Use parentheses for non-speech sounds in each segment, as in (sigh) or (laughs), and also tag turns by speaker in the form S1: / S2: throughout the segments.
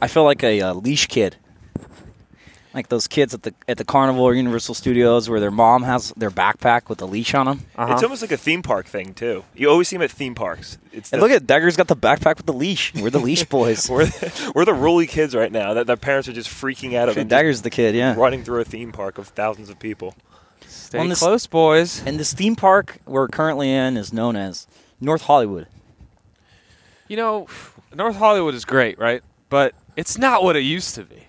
S1: I feel like a, uh leash kid, like those kids at the at the carnival or Universal Studios where their mom has their backpack with a leash on them.
S2: It's almost like a theme park thing too. You always see them at theme parks. It's
S1: And
S2: the-
S1: look at Degger's got the backpack with the leash. We're the leash boys.
S2: (laughs) we're the, we're the roly kids right now that their parents are just freaking out of
S1: Actually,
S2: them just
S1: Dagger's the kid, yeah.
S2: running through a theme park of thousands of people.
S1: On
S3: Stay
S1: this-
S3: close, boys.
S1: And this theme park we're currently in is known as North Hollywood.
S3: You know, North Hollywood is great, right? But it's not what it used to be.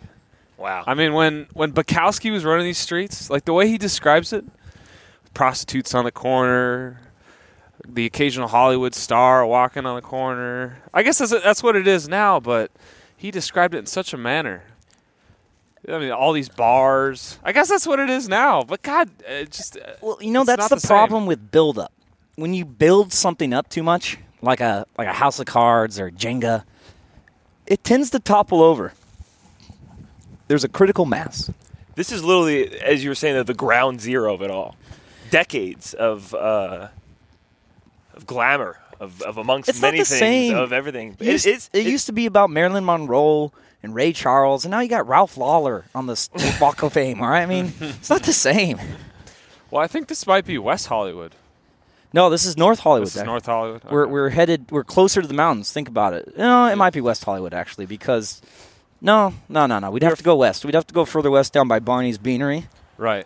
S2: Wow.
S3: I mean, when when Bukowski was running these streets, like the way he describes it, prostitutes on the corner, the occasional Hollywood star walking on the corner. I guess that's that's what it is now, but he described it in such a manner. I mean, all these bars. I guess that's what it is now. But God, it just uh,
S1: Well, you know
S3: it's
S1: that's
S3: not
S1: the,
S3: the same.
S1: problem with build up. When you build something up too much, like a like a house of cards or Jenga, it tends to topple over. There's a critical mass.
S2: This is literally, as you were saying, the ground zero of it all. Decades of uh, of glamour, of, of amongst
S1: It's not
S2: many
S1: the
S2: things,
S1: same.
S2: of everything.
S1: It, used,
S2: it's,
S1: it used to be about Marilyn Monroe and Ray Charles, and now you got Ralph Lawler on this Walk of Fame. All right, I mean, it's not the same.
S3: well, I think this might be West Hollywood.
S1: No, this is North Hollywood.
S3: This is
S1: Zach.
S3: North Hollywood.
S1: We're
S3: Okay.
S1: we're headed. We're closer to the mountains. Think about it. No, it might be West Hollywood actually, because no, no, no, no. We'd have to go west. We'd have to go further west down by Barney's Beanery.
S3: right.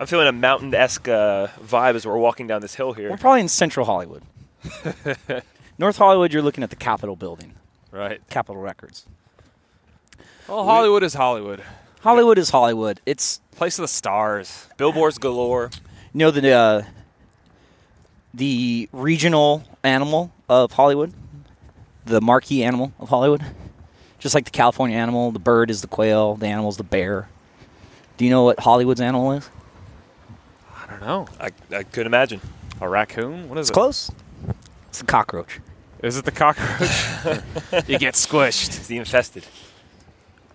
S2: I'm feeling a mountain-esque uh, vibe as we're walking down this hill
S1: We're
S2: here.
S1: probably in Central Hollywood. North Hollywood, you're looking at the Capitol building,
S3: Right.
S1: Capitol Records.
S3: Well, Hollywood is Hollywood.
S1: Hollywood is Hollywood. It's
S3: Place of the stars.
S2: Billboards galore.
S1: you know the uh, the regional animal of Hollywood, the marquee animal of Hollywood. Just like the California animal, the bird is the quail, the animal is the bear. Do you know what Hollywood's animal is?
S3: I don't know.
S2: I, I could imagine.
S3: A raccoon? What is it?
S1: Close. It's the cockroach.
S3: Is it the cockroach? (laughs) you get squished.
S2: It's the infested.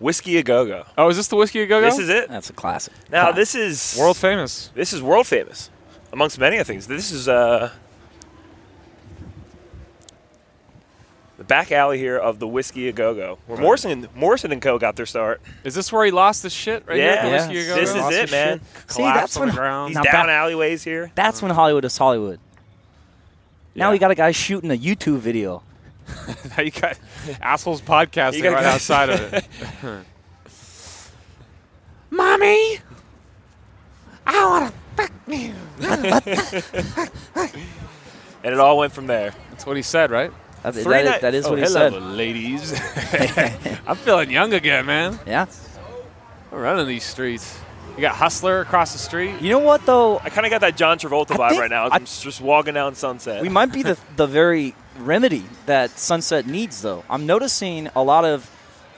S2: Whiskey a go go.
S3: Oh, is this the whiskey go go?
S2: This is it.
S1: That's a classic.
S2: Now this is
S3: world famous.
S2: This is world famous, amongst many other things. This is uh, the back alley here of the Whiskey A Go Go, where Morrison and, Morrison and Co. got their start.
S3: Is this where he lost his shit right here? at The
S2: Yeah.
S3: whiskey
S1: Yes.
S3: go
S2: This is it, man.
S1: See, that's
S3: Collapse on
S1: when-
S3: the ground.
S2: These
S1: Now
S2: down
S1: back-
S2: alleyways here.
S1: That's when Hollywood is Hollywood. Now
S3: Yeah.
S1: we got a guy shooting a YouTube video.
S3: (laughs) Now you got assholes podcasting
S2: You got
S3: right
S2: guys-
S3: outside of it. (laughs) Mommy, I want to fuck you.
S2: And it all went from there.
S3: That's what he said, right?
S1: That, that
S2: Three
S1: is,
S2: night-
S1: that is
S2: oh,
S1: what he
S2: hello.
S1: said.
S3: Ladies, I'm feeling young again, man.
S1: (laughs) Yeah.
S3: I'm running these streets. You got Hustler across the street.
S1: You know what though?
S2: (laughs) I kind of got that John Travolta
S1: I
S2: vibe
S1: think-
S2: right now.
S1: I-
S2: I'm s- just walking down Sunset.
S1: We might be
S2: (laughs)
S1: the the very remedy that Sunset needs though. I'm noticing a lot of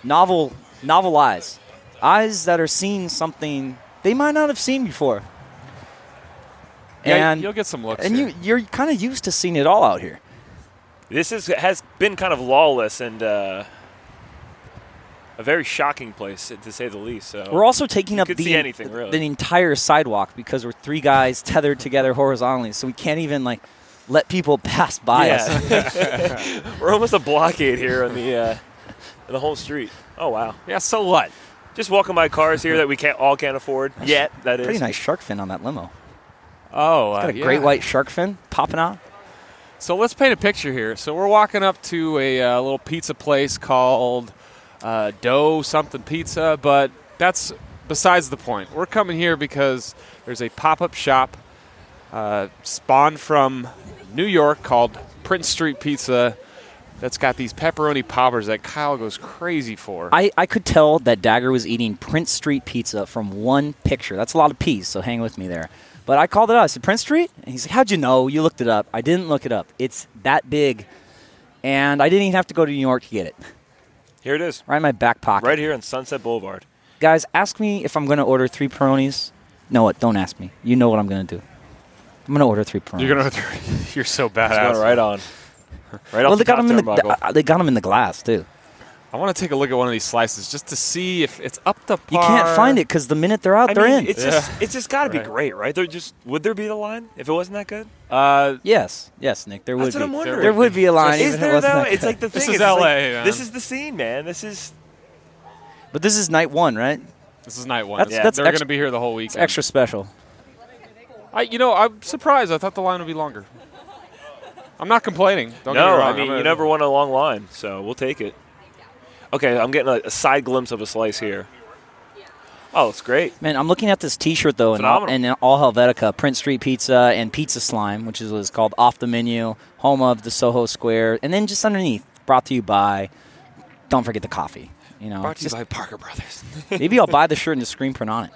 S1: novel novel eyes. Eyes that are seeing something they might not have seen before.
S3: Yeah,
S1: and
S3: you'll get some looks.
S1: and
S3: here.
S1: you you're kind of used to seeing it all out here.
S2: this is has been kind of lawless and uh, a very shocking place to say the least. So
S1: We're also taking up
S2: Oh, could
S1: the,
S2: see anything, really.
S1: the entire sidewalk because we're three guys tethered together horizontally, so we can't even like let people (laughs) pass by us.
S2: yeah. (laughs) We're almost a blockade here on the uh, on the whole street. Oh wow.
S3: yeah. So what?
S2: Just walking by cars here that we can't all can't afford yet. That is
S1: Pretty nice shark fin on that limo.
S3: Oh, uh,
S1: Got a
S3: yeah.
S1: great white shark fin popping out.
S3: So let's paint a picture here. So we're walking up to a uh, little pizza place called uh, Dough Something Pizza, but that's besides the point. We're coming here because there's a pop-up shop uh, spawned from New York called Prince Street Pizza that's got these pepperoni poppers that Kyle goes crazy for.
S1: I, I could tell that Dagger was eating Prince Street pizza from one picture. That's a lot of peas, so hang with me there. But I called it out. I said, Prince Street? And he's like, How'd you know? You looked it up. I didn't look it up. It's that big. And I didn't even have to go to New York to get it.
S2: Here it is.
S1: Right in my back pocket.
S2: Right here on Sunset Boulevard.
S1: Guys, ask me if I'm going to order three peronis. No, what? Don't ask me. You know what I'm going to do. I'm going to order three peronis.
S3: you're gonna, (laughs) you're so
S2: It's
S3: badass.
S2: going right on. Right
S1: well,
S2: off
S1: they
S2: the
S1: got
S2: top
S1: them in
S2: turnbuckle.
S1: the uh, they got 'em in the glass too.
S3: I want to take a look at one of these slices just to see if it's up to
S1: You
S3: par.
S1: can't find it because the minute they're out,
S2: I
S1: they're
S2: mean,
S1: in.
S2: it's
S3: Yeah.
S2: just it's just got to be
S3: Right.
S2: great, right? There just would there be the line if it wasn't that good?
S3: Uh,
S1: yes, yes, Nick. There would
S2: That's
S1: be.
S2: what I'm wondering.
S1: There would be a line.
S2: Is
S1: even if it
S2: there
S1: wasn't
S2: though?
S1: that
S2: It's
S1: good.
S2: like the thing.
S3: This is
S2: it's like,
S3: LA, man.
S2: this is the scene, man. This is
S1: But this is night one, right?
S3: This is night one.
S1: That's-
S2: Yeah.
S1: that's
S3: They're
S1: ex-
S3: going to be here the whole week.
S1: It's extra special.
S3: I, you know, I'm surprised. I thought the line would be longer. I'm not complaining. Don't get me
S2: no,
S3: wrong.
S2: I mean
S3: I'm
S2: you
S3: a- (laughs)
S2: never won a long line, so we'll take it. Okay, I'm getting a, a side glimpse of a slice here. Oh, it's great.
S1: Man, I'm looking at this T-shirt though, and all,
S2: Phenomenal.
S1: and all Helvetica, Print Street Pizza, and Pizza Slime, which is what it's called, off the menu, home of the Soho Square, and then just underneath, brought to you by. Don't forget the coffee. You know,
S2: Brought to you
S1: just-
S2: by
S1: (laughs)
S2: Parker Brothers.
S1: maybe I'll buy the shirt and just screen print on it.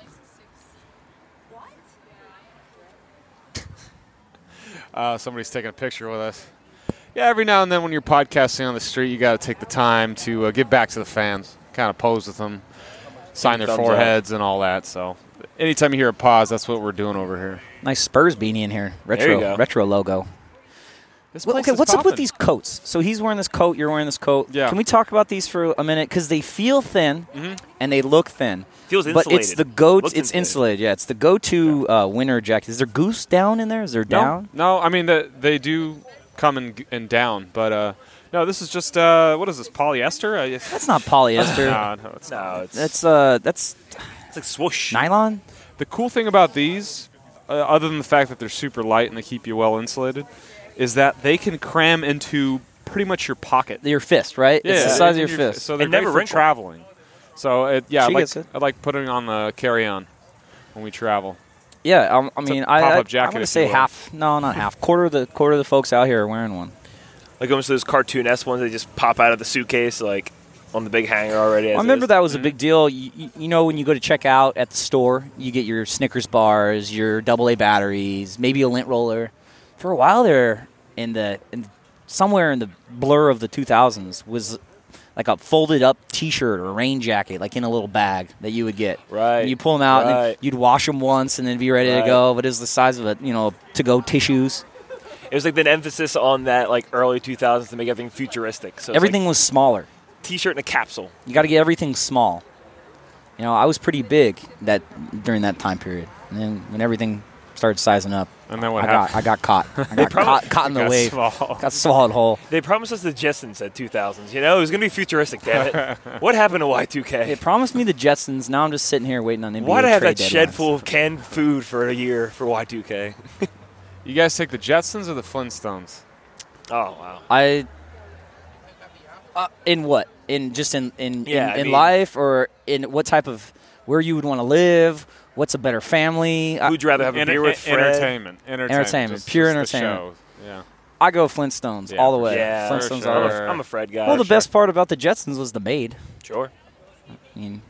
S3: Uh, somebody's taking a picture with us. Yeah, every now and then when you're podcasting on the street, you got to take the time to uh, give back to the fans, kind of pose with them, sign their
S2: Thumbs up.
S3: foreheads and all that. So, anytime you hear a pause, that's what we're doing over here.
S1: Nice Spurs beanie in here, retro
S2: you go.
S1: retro logo.
S3: This
S1: Well,
S3: place
S1: okay,
S3: is
S1: what's up with
S3: poppin'.
S1: these coats? So he's wearing this coat, you're wearing this coat.
S3: Yeah. Mm-hmm.
S1: Can we talk about these for a minute? Because they feel thin and they look thin.
S2: Feels
S1: but it's
S2: insulated.
S1: the go.
S2: Looks
S1: It's insulated. Yeah, it's the go-to uh, winter jacket. Is there goose down in there? Is there
S3: No,
S1: down?
S3: No, I mean the, they do come and, and down, but uh, no, this is just uh, what is this polyester? Uh, yes-
S1: That's not polyester.
S3: (laughs) no, no, it's not.
S2: no, it's,
S1: That's uh, that's
S2: it's like swoosh.
S1: nylon.
S3: The cool thing about these, uh, other than the fact that they're super light and they keep you well insulated, is that they can cram into pretty much your pocket.
S1: Your fist, right? it's the
S3: Yeah,
S1: size of
S3: in
S1: your fist.
S3: So they're
S2: And
S3: great
S2: never
S3: for
S2: wrinkled.
S3: traveling. So it, yeah, I
S1: She
S3: like,
S1: gets it.
S3: I like putting on the carry on when we travel.
S1: yeah, um, I mean, I, I,
S3: pop-up
S1: I'm
S3: jacket,
S1: gonna
S3: if
S1: say
S3: you will.
S1: half. No, not half. Quarter of the quarter of the folks out here are wearing one.
S2: Like almost those cartoon-esque ones that just pop out of the suitcase, like on the big hanger already. as
S1: I remember
S2: is. Mm-hmm.
S1: that was a big deal. You, you- you know, when you go to check out at the store, you get your Snickers bars, your AA batteries, maybe a lint roller. For a while there, in the in, somewhere in the blur of the 2000s, was like a folded up T-shirt or rain jacket, like in a little bag that you would get.
S2: Right,
S1: And you pull them out, and then
S2: right.
S1: you'd wash them once, and then be ready
S2: Right.
S1: to go. But it's the size of a you know to-go tissues.
S2: It was like an emphasis on that, like early 2000s, to make everything futuristic. So it's
S1: Everything
S2: like
S1: was smaller.
S2: t-shirt and a capsule.
S1: You got to get everything small. You know, I was pretty big that during that time period, and then when everything started sizing up,
S3: And then what
S1: I got I
S3: happened?
S1: got caught. I got caught, caught in the
S3: got
S1: wave.
S3: small.
S1: Got swallowed whole.
S2: They promised us the Jetsons at 2000s. You know, it was going to be futuristic. Damn
S1: (laughs)
S2: it! what happened to Y2K?
S1: They promised me the Jetsons. Now I'm just sitting here waiting on NBA.
S2: Why'd I have that
S1: trade
S2: shed
S1: deadlines.
S2: full of canned food for a year for Y2K?
S3: You guys take the Jetsons or the Flintstones?
S2: Oh, wow.
S1: I. Uh, in what? In just in in
S2: Yeah,
S1: in,
S2: I
S1: in
S2: mean-
S1: life or in what type of where you would want to live? What's a better family? I,
S2: Who'd you rather have a
S3: Enter-
S2: beer with Fred?
S3: entertainment, entertainment,
S1: Entertainment,
S3: just-
S1: pure
S3: just the
S1: entertainment.
S3: show. Yeah.
S1: I go Flintstones
S3: Yeah,
S1: all the
S3: for
S1: way.
S2: Yeah,
S3: For
S1: Flintstones
S3: sure.
S1: all the
S2: I'm,
S1: way.
S2: a, I'm a Fred guy.
S1: Well, the best part about the Jetsons was the maid.
S2: Sure.
S1: I mean,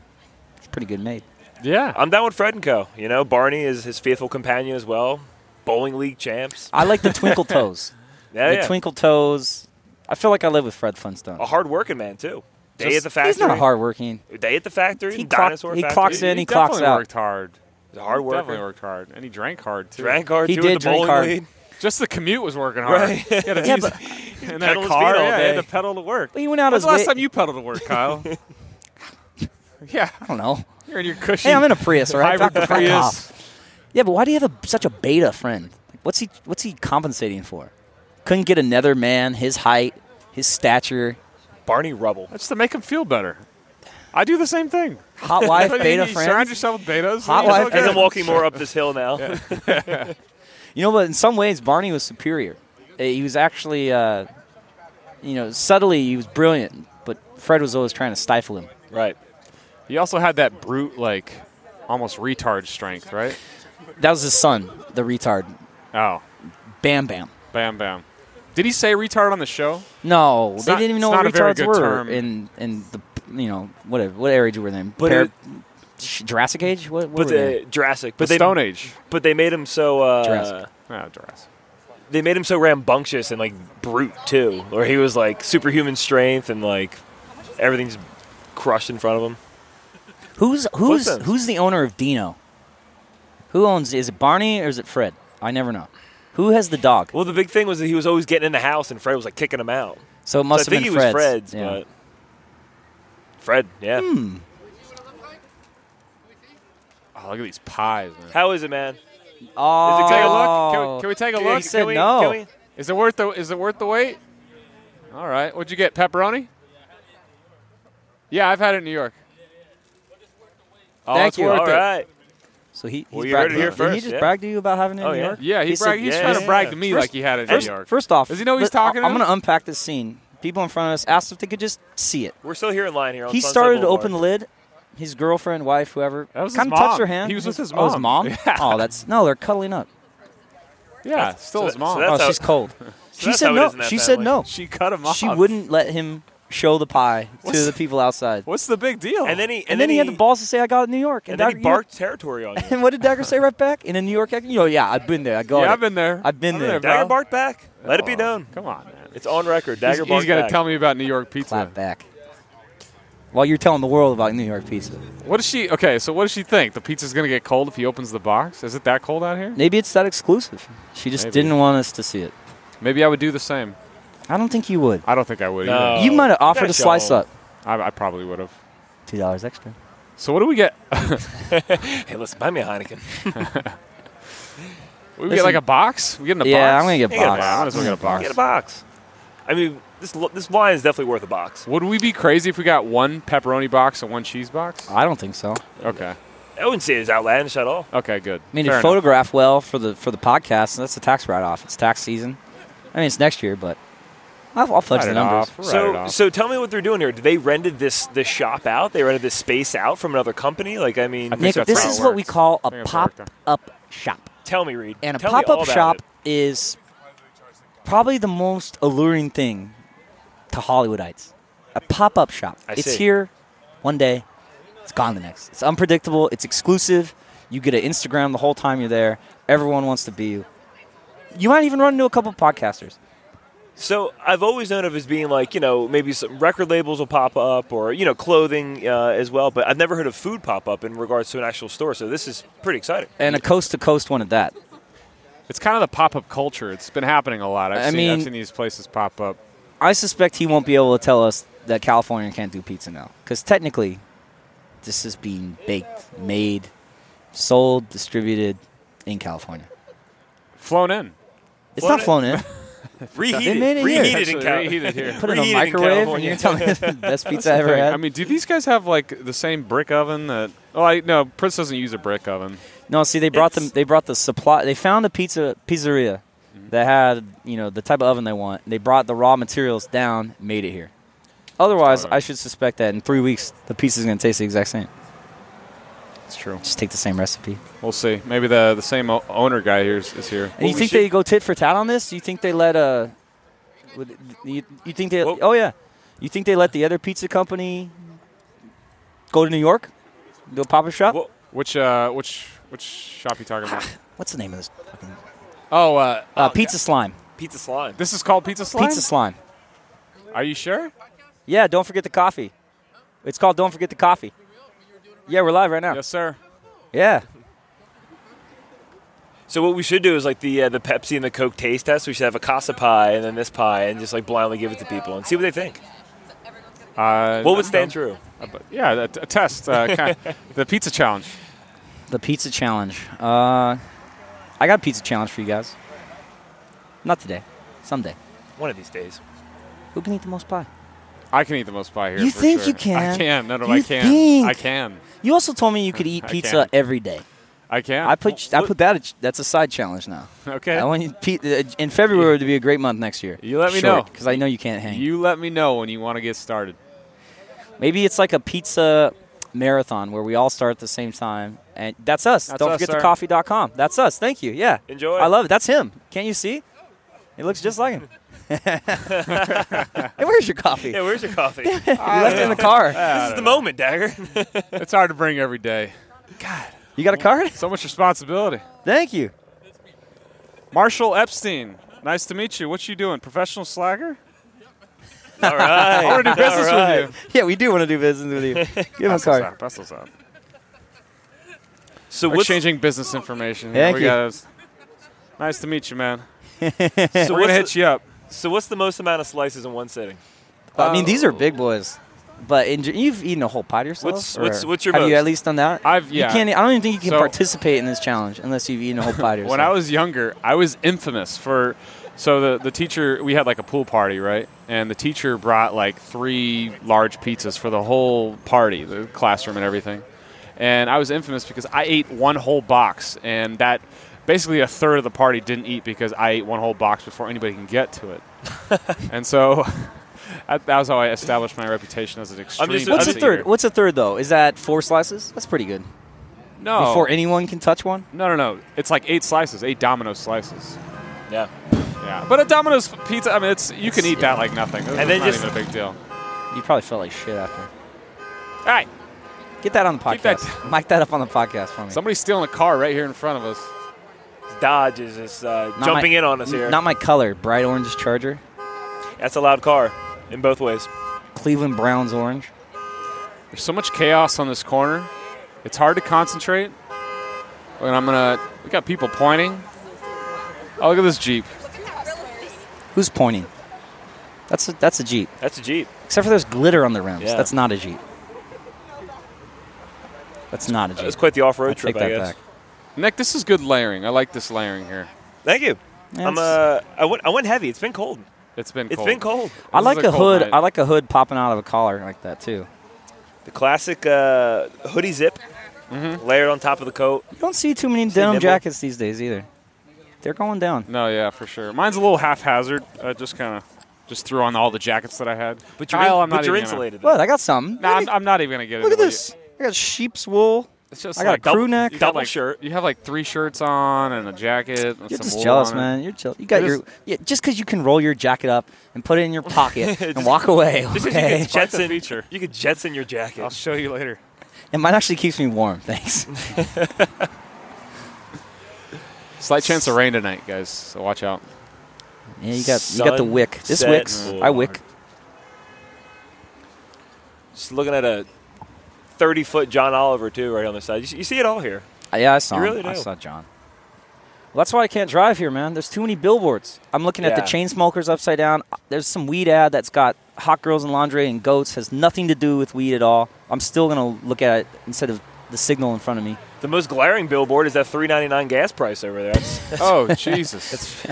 S1: it's pretty good made.
S3: Yeah.
S2: I'm down with Fred and Co. You know, Barney is his faithful companion as well. Bowling league champs.
S1: I like the twinkle
S3: (laughs)
S1: toes.
S3: Oh,
S2: Yeah,
S1: the
S2: yeah.
S1: twinkle toes. I feel like I live with Fred Flintstone.
S3: Oh,
S2: a hard working man, too. Day
S3: Just-
S2: at the factory.
S1: He's not hardworking.
S2: Day at the factory.
S1: He clock-
S2: dinosaur
S1: he
S2: factory.
S1: clocks in, he clocks
S3: definitely
S1: out.
S3: worked hard.
S2: He's a hard
S3: He Definitely
S2: worker.
S3: worked hard, and he drank hard too.
S2: Drank hard,
S1: He
S2: too,
S1: did
S2: at the
S1: drink
S2: bowling
S1: hard.
S2: league.
S3: Just the commute was working hard.
S2: Right.
S3: He had
S1: (laughs)
S3: to
S1: Yeah,
S3: use- (laughs)
S1: but-
S3: and that
S2: pedal his
S3: car,
S2: feet all
S3: yeah, he had
S2: day.
S3: to pedal to work.
S1: But he went out his
S3: When's the last
S1: way-
S3: time you pedaled to work, Kyle?
S1: (laughs)
S3: (laughs) yeah,
S1: I don't
S3: (laughs)
S1: know.
S3: you're in your cushy.
S1: Hey, I'm in a Prius, all right? Fuck
S3: hybrid
S1: the fuck
S3: Prius.
S1: off. Yeah, but why do you have a, such a beta friend? Like, what's he? What's he compensating for? Couldn't get another man his height, his stature,
S2: Barney Rubble.
S3: That's to make him feel better. I do the same thing. (laughs)
S1: hot wife,
S3: But you-
S1: beta
S3: you Surround
S1: friend.
S3: yourself with betas.
S1: Hot
S3: and you're
S1: wife,
S3: okay.
S2: As I'm walking more up this hill now.
S1: You know, but in some ways, Barney was superior. Uh, He was actually, uh, you know, subtly he was brilliant, but Fred was always trying to stifle him.
S2: Right.
S3: He also had that brute, like almost retard strength, right?
S1: That was his son, the retard,
S3: Oh,
S1: Bam Bam.
S3: bam, bam. Did he say retard on the show?
S1: No, they
S3: not-
S1: didn't even
S3: it's
S1: know what
S3: not a very
S1: retards
S3: good
S1: were
S3: term.
S1: in in the you know whatever what age were they in?
S2: But
S1: Par-
S2: it-
S1: Sh- Jurassic Age? What, what
S2: But
S1: were they? in?
S2: the Jurassic. But
S3: The
S2: they
S3: Stone Age.
S2: But they made him so. Uh,
S1: Jurassic.
S3: Ah, Jurassic.
S2: they made him so rambunctious and like brute too, where he was like superhuman strength and like everything's crushed in front of him.
S1: Who's who's
S2: Flintstones.
S1: who's the owner of Dino? Who owns? Is it Barney or is it Fred? I never know. Who has the dog?
S2: Well, the big thing was that he was always getting in the house, and Fred was like kicking him out.
S1: So it must
S2: so I
S1: have
S2: think
S1: been
S2: he was
S1: Fred's.
S2: Fred's,
S1: Yeah. Hmm.
S2: but Fred, yeah.
S3: Oh, look at these pies, man.
S2: How is it, man?
S1: Oh,
S2: Is it good?
S3: Can we- can we take a
S2: Can
S3: look?
S2: we-
S1: said
S2: can we-
S1: no.
S2: can we-
S3: Is it worth the is it worth the wait? All right. What'd you get? Pepperoni? Yeah, I've had it in New York. Oh,
S1: Thank
S3: it's
S1: you.
S3: worth
S2: All
S3: it.
S2: right.
S1: So he, he's
S2: Well, you
S1: bragged
S2: heard it here
S1: about- did He
S2: first,
S1: just
S2: yeah.
S1: bragged to you about having it in
S2: Oh,
S1: New
S2: yeah.
S1: York.
S3: Yeah, he
S1: He said
S3: brag- he's
S2: yes.
S3: trying to brag to me
S1: First-
S3: like he had it in
S1: First,
S3: New York.
S1: first off,
S3: Does he know he's
S1: let-
S3: talking to
S1: I, am
S3: him?
S1: going to unpack this scene. People in front of us asked if they could just see it.
S2: We're still here in line here. On
S1: He
S2: Sunset
S1: started to
S2: Boulevard.
S1: open the lid. His girlfriend, wife, whoever,
S3: That was his
S1: kind of touched
S3: mom.
S1: her hand.
S3: He was with his
S1: Oh, his
S3: mom.
S1: mom.
S3: Yeah.
S1: (laughs) Oh, that's no. They're cuddling up.
S3: yeah, still
S2: so
S3: his
S2: that-
S3: mom.
S2: (laughs) so that's-
S1: oh,
S2: how-
S1: she's cold. she
S2: that's
S1: said
S2: how it
S1: no.
S2: is in that
S1: She said
S2: family.
S1: no.
S3: she cut him off.
S1: She wouldn't let him show the pie
S3: What's-
S1: to the people outside.
S3: What's the big deal?
S2: And then he and,
S1: And, then, he had the balls to say, "I got it in New York."
S2: And then he
S1: Dagger-
S2: barked territory on you.
S1: (laughs) And what did Dagger say right back? In a New York accent, you know, yeah, I've been there. I got
S3: yeah,
S1: it.
S3: I've been there.
S1: I've been
S3: I'm
S1: there.
S2: Dagger
S3: bro.
S2: barked back. Let it be
S3: Oh,
S2: known.
S3: Come on, man.
S2: It's on record.
S3: He's,
S2: Dagger barked
S3: got to
S2: back.
S3: tell me about New York pizza.
S1: Clap back. While you're telling the world about New York pizza,
S3: What does she? Okay, so what does she think? The pizza's gonna get cold if he opens the box. Is it that cold out here?
S1: maybe it's that exclusive. She just
S3: Maybe.
S1: didn't want us to see it.
S3: Maybe I would do the same.
S1: I don't think you would.
S3: I don't think I would.
S2: No.
S1: you might have
S2: you
S1: offered
S2: gotta
S1: to
S2: show
S1: slice
S2: them.
S1: up.
S3: either. I, I probably would have.
S1: Two dollars extra.
S3: So what do we get? (laughs)
S2: Hey, listen, buy me a Heineken.
S3: we
S1: Listen.
S3: get like a box. We getting a
S1: Yeah,
S3: box.
S1: I'm gonna get
S2: You get a
S1: box.
S2: box.
S1: I'm gonna
S3: Get a box.
S2: Get a box. I mean, this lo- this wine is definitely worth a box.
S3: Would we be crazy if we got one pepperoni box and one cheese box?
S1: I don't think so. I
S3: Okay.
S2: I wouldn't say it's outlandish at all.
S3: Okay. Good.
S1: mean,
S3: Fair
S1: to
S3: enough.
S1: photograph well for the for the podcast, and that's a tax write off. It's tax season. I mean, it's next year, but I'll, I'll fudge
S3: Write
S1: the
S3: it
S1: numbers.
S3: off. Write it
S2: So,
S3: off.
S2: so tell me what they're doing here. Did they rented this this shop out? They rented this space out from another company? Like, I mean,
S3: I think
S1: Nick,
S3: so. that's
S1: this
S3: how it
S1: is what we
S3: works.
S1: call
S3: I
S1: a
S3: think that's how it
S1: pop
S3: works.
S1: up shop.
S2: tell me, Reed.
S1: And a
S2: Tell me
S1: pop
S2: all
S1: up
S2: about
S1: shop
S2: it.
S1: is probably the most alluring thing to Hollywoodites. A pop up shop.
S2: I
S1: it's
S2: see.
S1: here one day, it's gone the next. It's unpredictable, it's exclusive. You get an Instagram the whole time you're there. Everyone wants to be you. You might even run into a couple podcasters.
S2: So I've always known of it as being like you know maybe some record labels will pop up or you know clothing uh, as well, but I've never heard of food pop up in regards to an actual store. So this is pretty exciting.
S1: And a coast to coast one at that.
S3: It's kind of the pop-up culture. It's been happening a lot. I've,
S1: I
S3: seen, I've
S1: mean-
S3: seen these places pop up.
S1: I suspect he won't be able to tell us that California can't do pizza now. Because technically, this is being baked, made, sold, distributed in California.
S3: Flown in.
S1: It's
S2: Flown
S1: not
S2: in.
S1: flown
S2: (laughs)
S1: in.
S2: Reheated,
S1: made it here.
S2: reheated in
S3: Actually,
S2: Cal-
S3: reheated here.
S1: (laughs) Put it in a
S2: reheated
S1: microwave and
S2: California.
S1: you're
S2: (laughs)
S1: telling me it's the best pizza I
S3: That's the
S1: ever
S3: thing.
S1: had.
S3: I mean, do these guys have like the same brick oven that? Oh, I, no, Prince doesn't use a brick oven.
S1: no, see, they brought them.
S2: it's- Mm-hmm.
S1: They brought the supply. They found a pizza pizzeria that had you know the type of oven they want. They brought the raw materials down, made it here. Otherwise,
S3: Totally.
S1: I should suspect that in three weeks the pizza's going to taste the exact same.
S3: It's true.
S1: Just take the same recipe.
S3: We'll see. Maybe the the same o- owner guy here is, is here.
S1: And
S2: Well,
S1: you
S2: we
S1: think
S2: should-
S1: they go tit for tat on this? You think they let uh, would- you, you think they?
S2: Well-
S1: oh yeah, you think they let the other pizza company go to New York, do a pop up shop?
S2: Well,
S3: Which uh, which which shop you
S1: (laughs)
S3: talking about?
S1: What's the name of this? Fucking,
S3: oh, uh,
S1: uh, pizza slime.
S2: pizza slime.
S3: this is called Pizza Slime.
S1: Pizza slime.
S3: Are you sure?
S1: Yeah, don't forget the coffee. It's called Don't Forget the Coffee. Yeah, we're live right now.
S3: Yes, sir.
S1: Yeah.
S2: So what we should do is like the uh, the Pepsi and the Coke taste test. We should have a casa pie and then this pie and just like blindly give it to people and see what they think.
S3: Uh,
S2: What would stand true?
S3: Yeah, a, a test.
S1: (laughs)
S3: Uh, kind the pizza challenge.
S1: The pizza challenge. Uh, I got a pizza challenge for you guys. Not today. Someday.
S2: One of these days.
S1: Who can eat the most pie?
S3: I can eat the most pie here.
S1: You
S3: for
S1: think
S3: sure.
S1: you can?
S3: I can. No, no,
S1: You
S3: I can.
S1: think?
S3: I can.
S1: You also told me you could eat
S3: I
S1: pizza
S3: can.
S1: every day.
S3: I can.
S1: I put I
S2: what-
S1: put that. That's a side challenge now.
S3: (laughs) okay.
S1: I want you pe- in February to be a great month next year.
S3: You let me know.
S1: because I know you can't hang.
S3: You let me know when you want to get started.
S1: Maybe it's like a pizza marathon where we all start at the same time. And that's us.
S3: That's
S1: Don't
S3: us,
S1: forget
S3: sir.
S1: the coffee.com. That's us. Thank you. Yeah.
S2: Enjoy.
S1: I love it. That's him. Can't you see? It looks just like him. (laughs) hey, where's your coffee?
S2: Yeah, where's your coffee? (laughs) this
S1: you left it in the car.
S2: is the moment, Dagger. (laughs)
S3: It's hard to bring every day.
S1: You got a card?
S3: So much responsibility.
S1: Thank you.
S3: Marshall Epstein. Nice to meet you. What you doing? Professional
S1: (laughs)
S3: slagger?
S2: all
S3: I
S2: right.
S3: want to do business with you.
S1: Yeah, we do want to do business
S3: (laughs)
S1: with you. Give him a
S3: That's
S1: card.
S3: up. That's what's up.
S2: So
S3: We're
S2: what's,
S3: exchanging business information. here.
S1: Thank
S3: we
S1: you.
S3: Got, nice to meet
S1: (laughs)
S3: you, man.
S2: so,
S3: We're gonna
S2: what's
S3: hit
S2: the,
S3: you up.
S2: so what's the most amount of slices in one sitting?
S1: I mean, these are
S3: Um,
S1: big boys. But in, you've eaten a whole pie to yourself.
S2: What's- what's-
S1: or
S2: what's your
S1: Have you
S2: most?
S1: at least done that?
S3: I've-
S1: You
S3: yeah.
S1: can't. e, I don't even think you can
S3: So-
S1: participate in this challenge unless you've eaten a whole pie to yourself.
S3: (laughs) When I was younger, I was infamous for. So the the teacher, we had like a pool party, right? And the teacher brought like three large pizzas for the whole party, the classroom and everything. and I was infamous because I ate one whole box, and that basically a third of the party didn't eat because I ate one whole box before anybody can get to
S1: (laughs)
S3: it, and so. (laughs) That, that was how I established my reputation as an extreme.
S2: just-
S1: What's
S2: I'm
S1: a
S2: just-
S1: third? What's a third though? Is that four slices? That's pretty good.
S3: No,
S1: Before
S2: Oh.
S1: anyone can touch one.
S3: no, no, no. It's like eight slices, eight domino slices.
S2: Yeah.
S3: Yeah, but a Domino's pizza. I mean, it's you can
S1: It's-
S3: eat that like nothing. It's
S2: then
S3: not
S2: just-
S3: even a big deal.
S1: You probably felt like shit after.
S3: All right,
S1: Get that on the
S3: Keep that
S1: podcast. (laughs) Mic that up on the podcast for me.
S3: somebody's stealing a car right here in front of us.
S2: Dodge is just uh,
S1: Not
S2: jumping
S1: my-
S2: in on us here.
S1: Not my color. Bright orange Charger.
S2: That's a loud car in both ways.
S1: Cleveland Browns orange.
S3: There's so much chaos on this corner. It's hard to concentrate. And I'm gonna. We got people pointing. Oh, look at this jeep.
S1: Who's pointing? That's a, that's a Jeep.
S2: That's a Jeep.
S1: Except for there's glitter on the rims.
S2: Yeah.
S1: That's not a Jeep. That's not a Jeep.
S2: That's quite the off
S1: I'll
S2: road
S1: take
S2: trip,
S1: that
S2: I guess.
S1: back.
S3: Nick, this is good layering. I like this layering here.
S2: Thank you.
S1: Yeah,
S2: I'm,
S1: it's-
S2: uh, I, went, I went heavy. It's been cold.
S3: It's been
S2: It's
S3: cold.
S2: been cold.
S1: I
S3: This
S1: like
S3: is
S1: a,
S3: a cold
S1: hood.
S3: night.
S1: I like a hood popping out of a collar like that too.
S2: The classic uh, hoodie zip layered on top of the coat.
S1: You don't see too many denim
S2: nibble?
S1: jackets these days either. They're going down.
S3: No, yeah, for sure. Mine's a little haphazard. I just kind of just threw on all the jackets that I had.
S2: But you're,
S3: Kyle,
S2: in-
S3: I'm
S2: but
S3: not
S2: you're
S3: even gonna-
S2: insulated.
S1: What? I got something.
S3: Nah, I'm, I'm not even gonna get
S1: Look at
S3: into what you-
S1: this. I got sheep's wool.
S3: It's just
S1: I got
S3: like
S1: a crew neck.
S3: (laughs) You got,
S2: Double
S3: like-
S2: shirt.
S3: You have like three shirts on and a jacket. And
S1: You're
S3: some
S1: just
S3: wool
S1: jealous,
S3: on it.
S1: man. You're jealous. You got
S3: You're
S1: your yeah, just because you can roll your jacket up and put it in your
S3: (laughs)
S1: pocket and walk away.
S2: Just 'cause you
S1: Okay?
S2: could Jetson, you could Jetson your jacket.
S3: I'll show you later.
S1: And mine actually keeps me warm.
S3: (laughs)
S1: Thanks.
S3: Slight chance of rain tonight, guys. So watch out.
S1: Yeah, you got you got the wick. This
S2: Sunset
S1: wicks.
S3: Oh,
S1: I wick.
S2: Just looking at a 30 foot John Oliver, too, right on the side. You, s- you see it all here.
S1: Uh, Yeah, I saw.
S2: You
S1: him.
S2: really
S1: I
S2: do.
S1: saw John. Well, that's why I can't drive here, man. There's too many billboards. I'm looking at the
S2: Yeah.
S1: chain smokers upside down. There's some weed ad that's got hot girls and laundry and goats. Has nothing to do with weed at all. I'm still gonna look at it instead of the signal in front of me.
S2: The most glaring billboard is that 3.99 gas price over there. That's, (laughs)
S1: (laughs)
S3: Oh Jesus! It's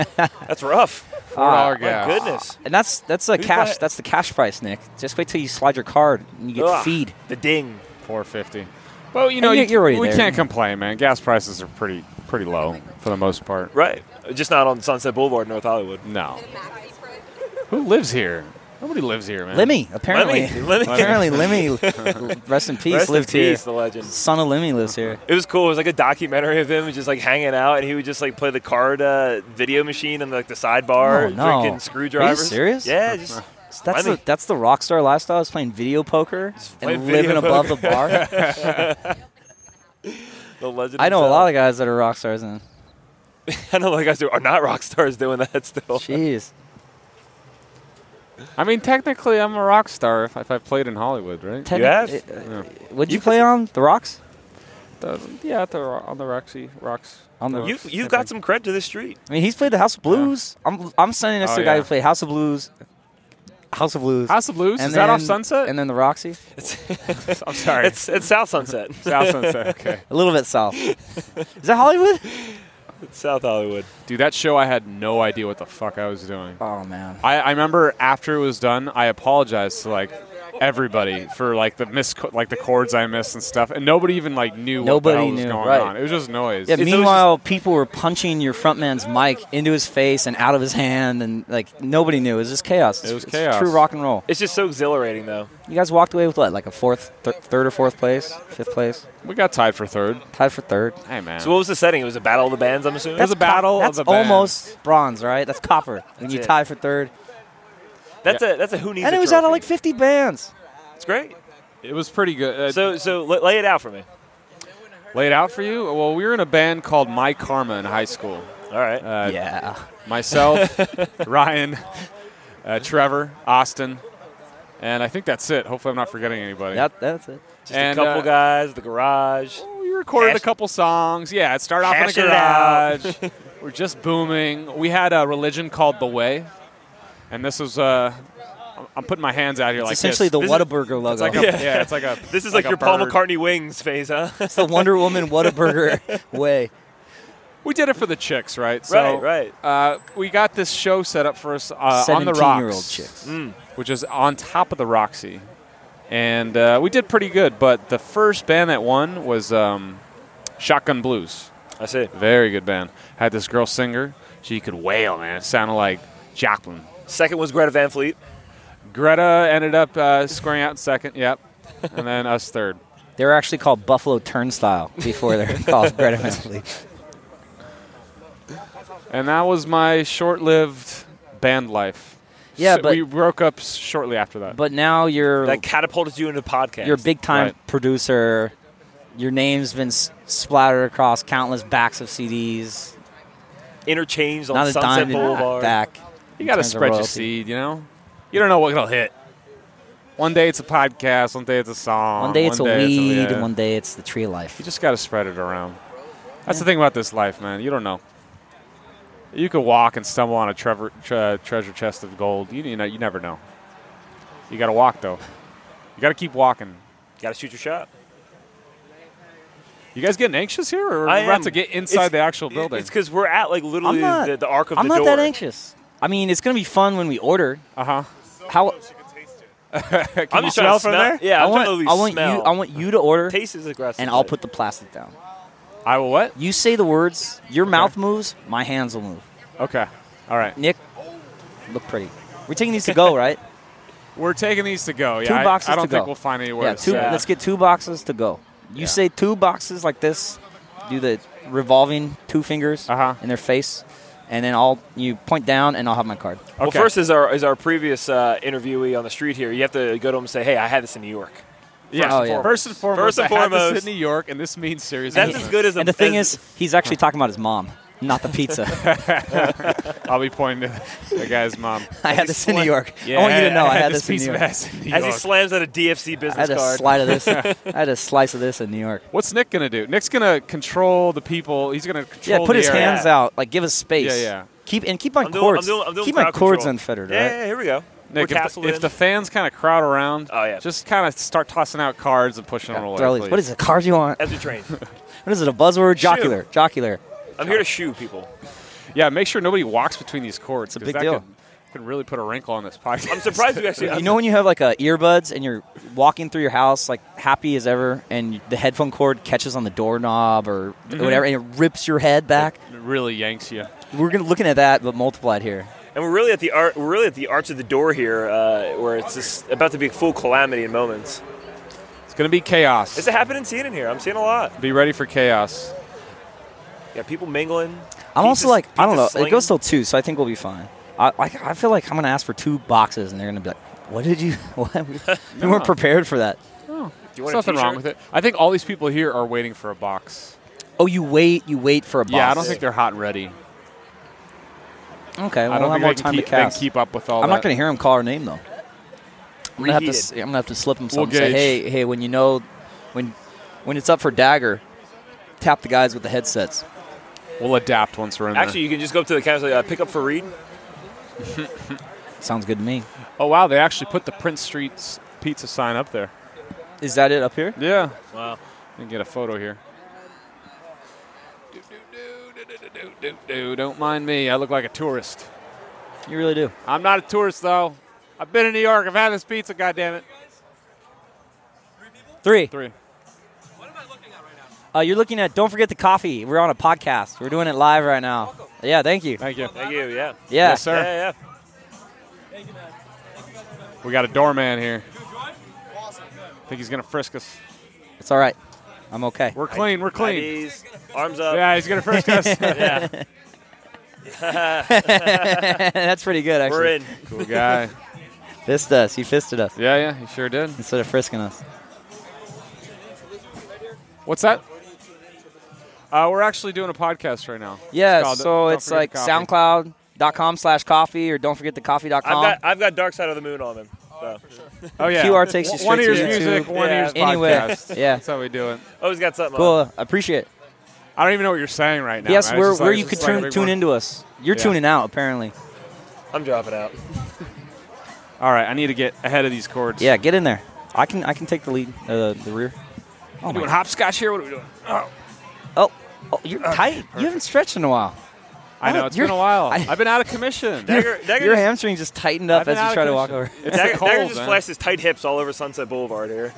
S2: that's rough.
S3: four dollar
S2: My
S3: gas.
S2: goodness.
S1: And that's that's a
S2: Who's
S1: cash.
S2: that?
S1: That's the cash price, Nick. Just wait till you slide your card and you get
S2: Ugh,
S1: feed.
S2: The ding.
S3: Four fifty. Well, you know,
S1: you're-
S3: you-
S1: you're already
S3: we
S1: there.
S3: can't complain, man. Gas prices are pretty pretty low for the most part.
S2: Right. Just not on Sunset Boulevard, North Hollywood.
S3: No. Who lives here? Nobody lives here, man.
S1: Lemmy, apparently.
S2: (laughs)
S1: (laughs)
S2: Lemmy.
S1: apparently, Lemmy, rest in peace,
S2: Rest in
S1: lived
S2: peace,
S1: here.
S2: the legend.
S1: Son of Lemmy lives here.
S2: It was cool. It was like a documentary of him just like hanging out, and he would just like play the card uh, video machine on like the sidebar,
S1: Oh, no. Are you
S2: drinking screwdrivers.
S1: serious?
S2: Yeah, just
S1: That's
S2: Lemmy.
S1: the that's the rock star lifestyle. Is playing video poker
S2: playing
S1: and
S2: video
S1: living above the bar.
S2: (laughs) the legend.
S1: I know a
S2: himself.
S1: lot of guys that are rock stars. And
S2: (laughs) I know a lot of guys who are not rock stars doing that (laughs) still.
S1: jeez,
S3: I mean, technically, I'm a rock star if, if I played in Hollywood, right?
S1: Technic-
S2: have?
S1: uh, uh,
S3: Yeah.
S1: What'd you,
S2: You
S1: play
S2: could-
S1: on the rocks?
S3: The- yeah, at the, ro- on the Roxy Rocks.
S1: On the
S2: You you got some cred to this street.
S1: I mean, he's played the House of Blues. I'm I'm sending this
S3: Oh,
S1: to a guy
S3: yeah.
S1: who played House of Blues, House of Blues,
S3: House of Blues.
S1: and
S3: Is that off
S1: then-
S3: Sunset?
S1: and then the Roxy.
S3: (laughs) I'm sorry.
S2: It's it's South
S1: (laughs)
S2: Sunset.
S3: South Sunset. Okay.
S1: A little bit
S2: (laughs)
S1: south. Is that Hollywood?
S2: it's South Hollywood.
S3: Dude, that show I had no idea what the fuck I was doing.
S1: Oh man.
S3: I, I remember after it was done, I apologized to like everybody for like the mis like the chords I missed and stuff, and nobody even like knew
S1: Nobody
S3: what the hell was
S1: knew,
S3: going
S1: right.
S3: on. It was just noise.
S1: Yeah,
S2: always
S1: meanwhile, people were punching your frontman's mic into his face and out of his hand, and like nobody knew. It was just chaos.
S3: was
S1: It's
S3: chaos.
S1: True rock and roll.
S2: It's just so exhilarating though.
S1: You guys walked away with what, like a fourth, th- third or fourth place, fifth place,
S3: we got tied for third.
S1: tied for third.
S3: Hey man,
S2: So what was the setting? It was a battle of the bands. I'm assuming.
S3: That's- a battle of
S1: That's
S3: the bands.
S1: almost bronze, right? That's copper. and you
S2: it.
S1: tie for third,
S2: that's a that's a who needs.
S1: and
S2: a
S1: it was out of
S2: trophy.
S1: like 50 bands.
S2: It's great.
S3: it was pretty good. Uh,
S2: So so la- lay it out for me.
S3: laid out for you. Well, we were in a band called My Karma in high school.
S2: All right.
S3: Uh,
S1: yeah, (laughs)
S3: myself, Ryan, uh, Trevor, Austin, and I think that's it. Hopefully, I'm not forgetting anybody.
S1: that, that's it.
S2: just
S3: and,
S2: a couple
S3: uh,
S2: guys. The garage.
S3: We Oh, recorded
S2: Hash-
S3: a couple songs. Yeah, it started off in a
S2: Hash it out.
S3: garage.
S2: (laughs)
S3: We're just booming. We had a religion called The Way, and this was. Uh, I'm- I'm putting my hands out here like
S1: It's essentially
S3: this.
S1: the
S2: This is-
S1: Whataburger logo.
S3: It's like a,
S2: Yeah.
S3: yeah. it's like a.
S2: (laughs) This is like,
S3: a
S2: your Paul
S3: bird.
S2: McCartney wings phase, huh?
S1: (laughs)
S2: (laughs)
S1: it's the Wonder Woman
S3: (laughs)
S1: Whataburger (laughs) way.
S3: We did it for the chicks, right? So,
S2: Right,
S3: Uh, we got this show set up for us uh, on the
S1: 17-year-old
S3: rocks,
S1: chicks.
S3: which is on top of the Roxy. and uh, we did pretty good. But the first band that won was um, Shotgun Blues.
S2: I see.
S3: Very good band. Had this girl singer. She could wail, man. It sounded like Joplin.
S2: Second was Greta Van Fleet.
S3: Greta ended up uh, scoring out in second. Yep, and then us third.
S1: They were actually called Buffalo Turnstile before
S3: (laughs)
S1: they're called Greta Van Fleet.
S3: And that was my short-lived band life.
S1: Yeah,
S3: So
S1: but-
S3: we broke up s- shortly after that.
S1: But now you're
S2: That catapulted you into podcast.
S1: you're a big time
S3: Right.
S1: producer. Your name's been s- splattered across countless backs of CDs.
S2: interchange on
S1: Not a
S2: Sunset
S1: dime in
S2: Boulevard.
S1: back.
S3: you got to
S1: terms of
S3: spread your
S1: royalty.
S3: seed. You know, you don't know what it'll hit. One day it's a podcast. One day it's a song.
S1: One day it's a
S3: yeah.
S1: weed, and one day it's the tree of life.
S3: You just got to spread it around. That's the thing about this life, man. You don't know. You could walk and stumble on a trevor, tre- treasure chest of gold. You, you know, you never know. You got to walk though. You got to keep walking.
S2: Got to shoot your shot.
S3: You guys getting anxious here, or
S2: I
S3: we're about
S2: am.
S3: to get inside
S2: It's-
S3: the actual building?
S2: It's because we're at like literally
S1: I'm not-
S2: the, the arc of
S1: I'm
S2: the
S1: not
S2: door.
S1: that anxious. I mean, it's gonna be fun when we order.
S3: uh huh.
S1: How
S2: I'm just trying to smell. Yeah,
S1: I
S2: I'm
S1: want,
S2: trying to at least
S1: I want
S2: smell.
S1: you, I want you to order,
S2: Taste is aggressive.
S1: and I'll
S2: but-
S1: put the plastic down.
S3: I will what?
S1: You say the words, your mouth moves, my hands will move.
S3: Okay. All right.
S1: Nick, look pretty. We're taking these to
S2: (laughs)
S1: go, right?
S3: We're taking these to go. Yeah,
S1: Two
S3: I-
S1: boxes
S3: I, don't
S1: to
S3: think
S1: go.
S3: we'll find anywhere.
S1: yeah,
S3: to
S1: two,
S3: sit.
S1: let's get two boxes to go. You
S3: Yeah.
S1: say two boxes like this, do the revolving two fingers
S3: Uh-huh.
S1: in their face, and then I'll you point down, and I'll have my card.
S2: Well,
S3: Okay.
S2: first is our is our previous uh, interviewee on the street here. You have to go to him and say, "Hey, I had this in New York."
S3: Yeah.
S1: Oh, yeah.
S3: First and foremost,
S2: First and
S3: I had this
S2: foremost.
S3: in New York, and this means serious.
S2: That's
S3: business.
S2: as good as. A,
S1: And the thing
S2: as-
S1: is, he's actually talking about his mom, not the pizza. (laughs)
S3: I'll be pointing to (laughs) the guy's mom.
S1: I had this in New York.
S3: Yeah,
S1: I want you to know I had this in
S3: piece
S1: New
S3: of
S1: York.
S3: ass in New
S2: as he
S3: York.
S2: slams out a DFC business
S1: I had a
S2: card.
S1: slice of this. I had a slice of this in New York.
S3: What's Nick gonna do? Nick's gonna control the people. He's gonna
S1: Yeah,
S3: control.
S1: put
S3: the
S1: his
S3: area.
S1: hands out, like give us space.
S3: Yeah, yeah.
S1: Keep and keep my
S2: I'm doing,
S1: cords.
S2: I'm doing, I'm doing
S1: keep my
S2: crowd
S1: cords
S2: control.
S1: unfettered,
S2: Yeah,
S1: right?
S2: yeah, here we go.
S3: Nick,
S2: We're
S3: if, the,
S2: castled
S3: if
S2: in.
S3: the fans kind of crowd around,
S2: Oh, yeah.
S3: just kind of start tossing out cards and pushing them away.
S1: Throw these-
S3: please.
S1: What is it? Cards you want?
S2: as we train,
S1: (laughs) What is it? A buzzword? Jocular. Jocular.
S2: I'm here to shoo people.
S3: Yeah, make sure nobody walks between these
S1: It's
S3: cords.
S1: a
S3: 'cause
S1: big
S3: that
S1: deal.
S3: Could, could really put a wrinkle on this podcast.
S2: I'm surprised we actually.
S1: (laughs) You know when you have like uh, earbuds and you're walking through your house like happy as ever, and the headphone cord catches on the doorknob or
S3: Mm-hmm.
S1: whatever, and it rips your head back.
S3: (laughs) it really yanks you.
S1: We're gonna looking at that, but multiplied here.
S2: and we're really at the ar- we're really at the arch of the door here, uh, where it's just about to be full calamity in moments.
S3: It's gonna be chaos.
S2: It's a happening scene in here. I'm seeing a lot.
S3: be ready for chaos.
S2: Yeah, people mingling.
S1: I'm also
S2: pizzas-
S1: like, I don't
S2: pizzas
S1: know. It
S2: slinging.
S1: goes till two, so I think we'll be fine. I like, I feel like I'm gonna ask for two boxes, and they're gonna be like, "What did you? (laughs)
S3: (laughs)
S1: What? We weren't prepared for that."
S2: Do you
S3: There's
S2: want a
S3: nothing wrong with it.
S2: t-shirt?
S3: I think all these people here are waiting for a box.
S1: Oh, you wait, you wait for a box.
S3: Yeah, I don't think they're hot and ready.
S1: Okay,
S3: I
S1: well,
S3: don't
S1: we'll have
S3: think
S1: more
S3: they
S1: time
S3: can keep,
S1: to
S3: they can
S1: cast.
S3: keep up with all
S1: I'm
S3: that.
S1: not going to hear him call our name though. I'm gonna have to.
S2: Reheated.
S1: s- I'm gonna have to slip him
S3: We'll
S1: something. say, hey,
S3: gauge.
S1: hey, when you know, when, when it's up for dagger, tap the guys with the headsets.
S3: We'll adapt once we're in
S2: Actually, you can just go up to the counter and say, uh, pick up for Reed.
S1: Sounds good to me.
S3: there. Oh wow, they actually put the Prince Street's pizza sign up there.
S1: Is that it up here?
S3: Yeah.
S2: Wow.
S3: And get a photo here. Don't mind me. I look like a tourist.
S1: You really do.
S3: I'm not a tourist though. I've been in New York. I've had this pizza. God damn it.
S1: Three.
S3: Three.
S1: Uh, you're looking at. Don't forget the coffee. We're on a podcast. We're doing it live right now. Yeah, thank you.
S3: Thank you.
S2: Thank you. Yeah.
S1: Yeah.
S3: Yes, sir.
S2: Yeah, yeah.
S3: We got a doorman here. I think he's gonna frisk us.
S1: It's all right. I'm okay.
S3: We're clean. We're clean.
S2: IDs, arms up.
S3: Yeah, he's gonna
S1: (laughs)
S3: frisk us. (laughs)
S2: Yeah.
S1: (laughs) That's pretty good actually.
S2: We're in.
S3: cool guy.
S1: Fist us. He fisted us
S3: Yeah, yeah, he sure did.
S1: instead of frisking us.
S3: What's that? Uh, we're actually doing a podcast right now.
S1: Yeah.
S3: called
S1: so
S3: Don't
S1: it's like
S3: Forget the Coffee.
S1: SoundCloud.com slash coffee or don't forget the coffee.com.
S2: I've got I've got Dark Side of the Moon on him. So.
S3: Oh yeah.
S1: QR takes you
S3: One
S1: straight
S3: ear's
S1: to YouTube.
S3: music, one
S2: Yeah.
S3: ear's
S1: Anyway,
S3: podcast.
S1: yeah.
S3: that's how we do it.
S2: Always got something. on.
S1: Cool. I appreciate it.
S3: I don't even know what you're saying right now.
S1: yes,
S3: man. It's
S1: where,
S3: just like-
S1: where
S3: it's
S1: you could
S3: just like a
S1: tune,
S3: big
S1: tune
S3: one.
S1: into us. You're
S3: Yeah.
S1: tuning out, apparently.
S2: I'm dropping out.
S3: All right, I need to get ahead of these chords.
S1: Yeah, get in there. I can I can take the lead, uh, the rear. Oh,
S3: We're doing
S1: my.
S3: hopscotch here. What are we doing?
S1: oh, oh, you're tight. You haven't stretched in a while.
S3: I know it's been
S1: (laughs)
S3: a while. I, have been out of commission.
S2: Dagger, Dagger
S1: Your
S2: just-
S1: hamstring just tightened up
S3: I've been
S1: as you
S3: out of
S1: try to walk over.
S3: commission. It's
S2: Dagger,
S3: the cold,
S2: Dagger just
S3: man.
S2: flashed his tight hips all over Sunset Boulevard here.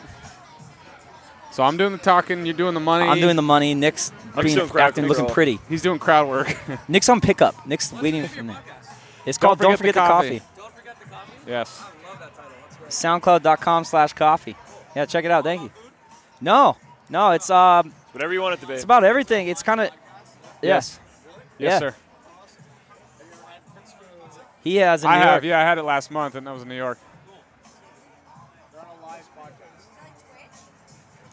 S3: So I'm doing the talking. You're doing the money.
S1: I'm doing the money. Nick's
S2: I'm
S1: being
S2: still cracking
S1: acting,
S2: the
S1: looking
S2: girl.
S1: pretty.
S3: He's doing
S1: (laughs)
S3: crowd work. (laughs)
S1: Nick's on pickup. Nick's waiting for Nick. It's
S3: Don't
S1: called Don't
S3: forget
S1: Forget the
S3: the
S1: Coffee.
S3: yes.
S1: SoundCloud.com slash coffee. Yeah, check it out. Thank you. No, no, it's um,
S2: Whatever you want it to be.
S1: it's about everything. It's kind of yes.
S3: Yes. Yes,
S1: Yeah.
S3: sir.
S1: He has in
S3: I
S1: New
S3: have.
S1: York.
S3: Yeah, I had it last month, and that was in New York.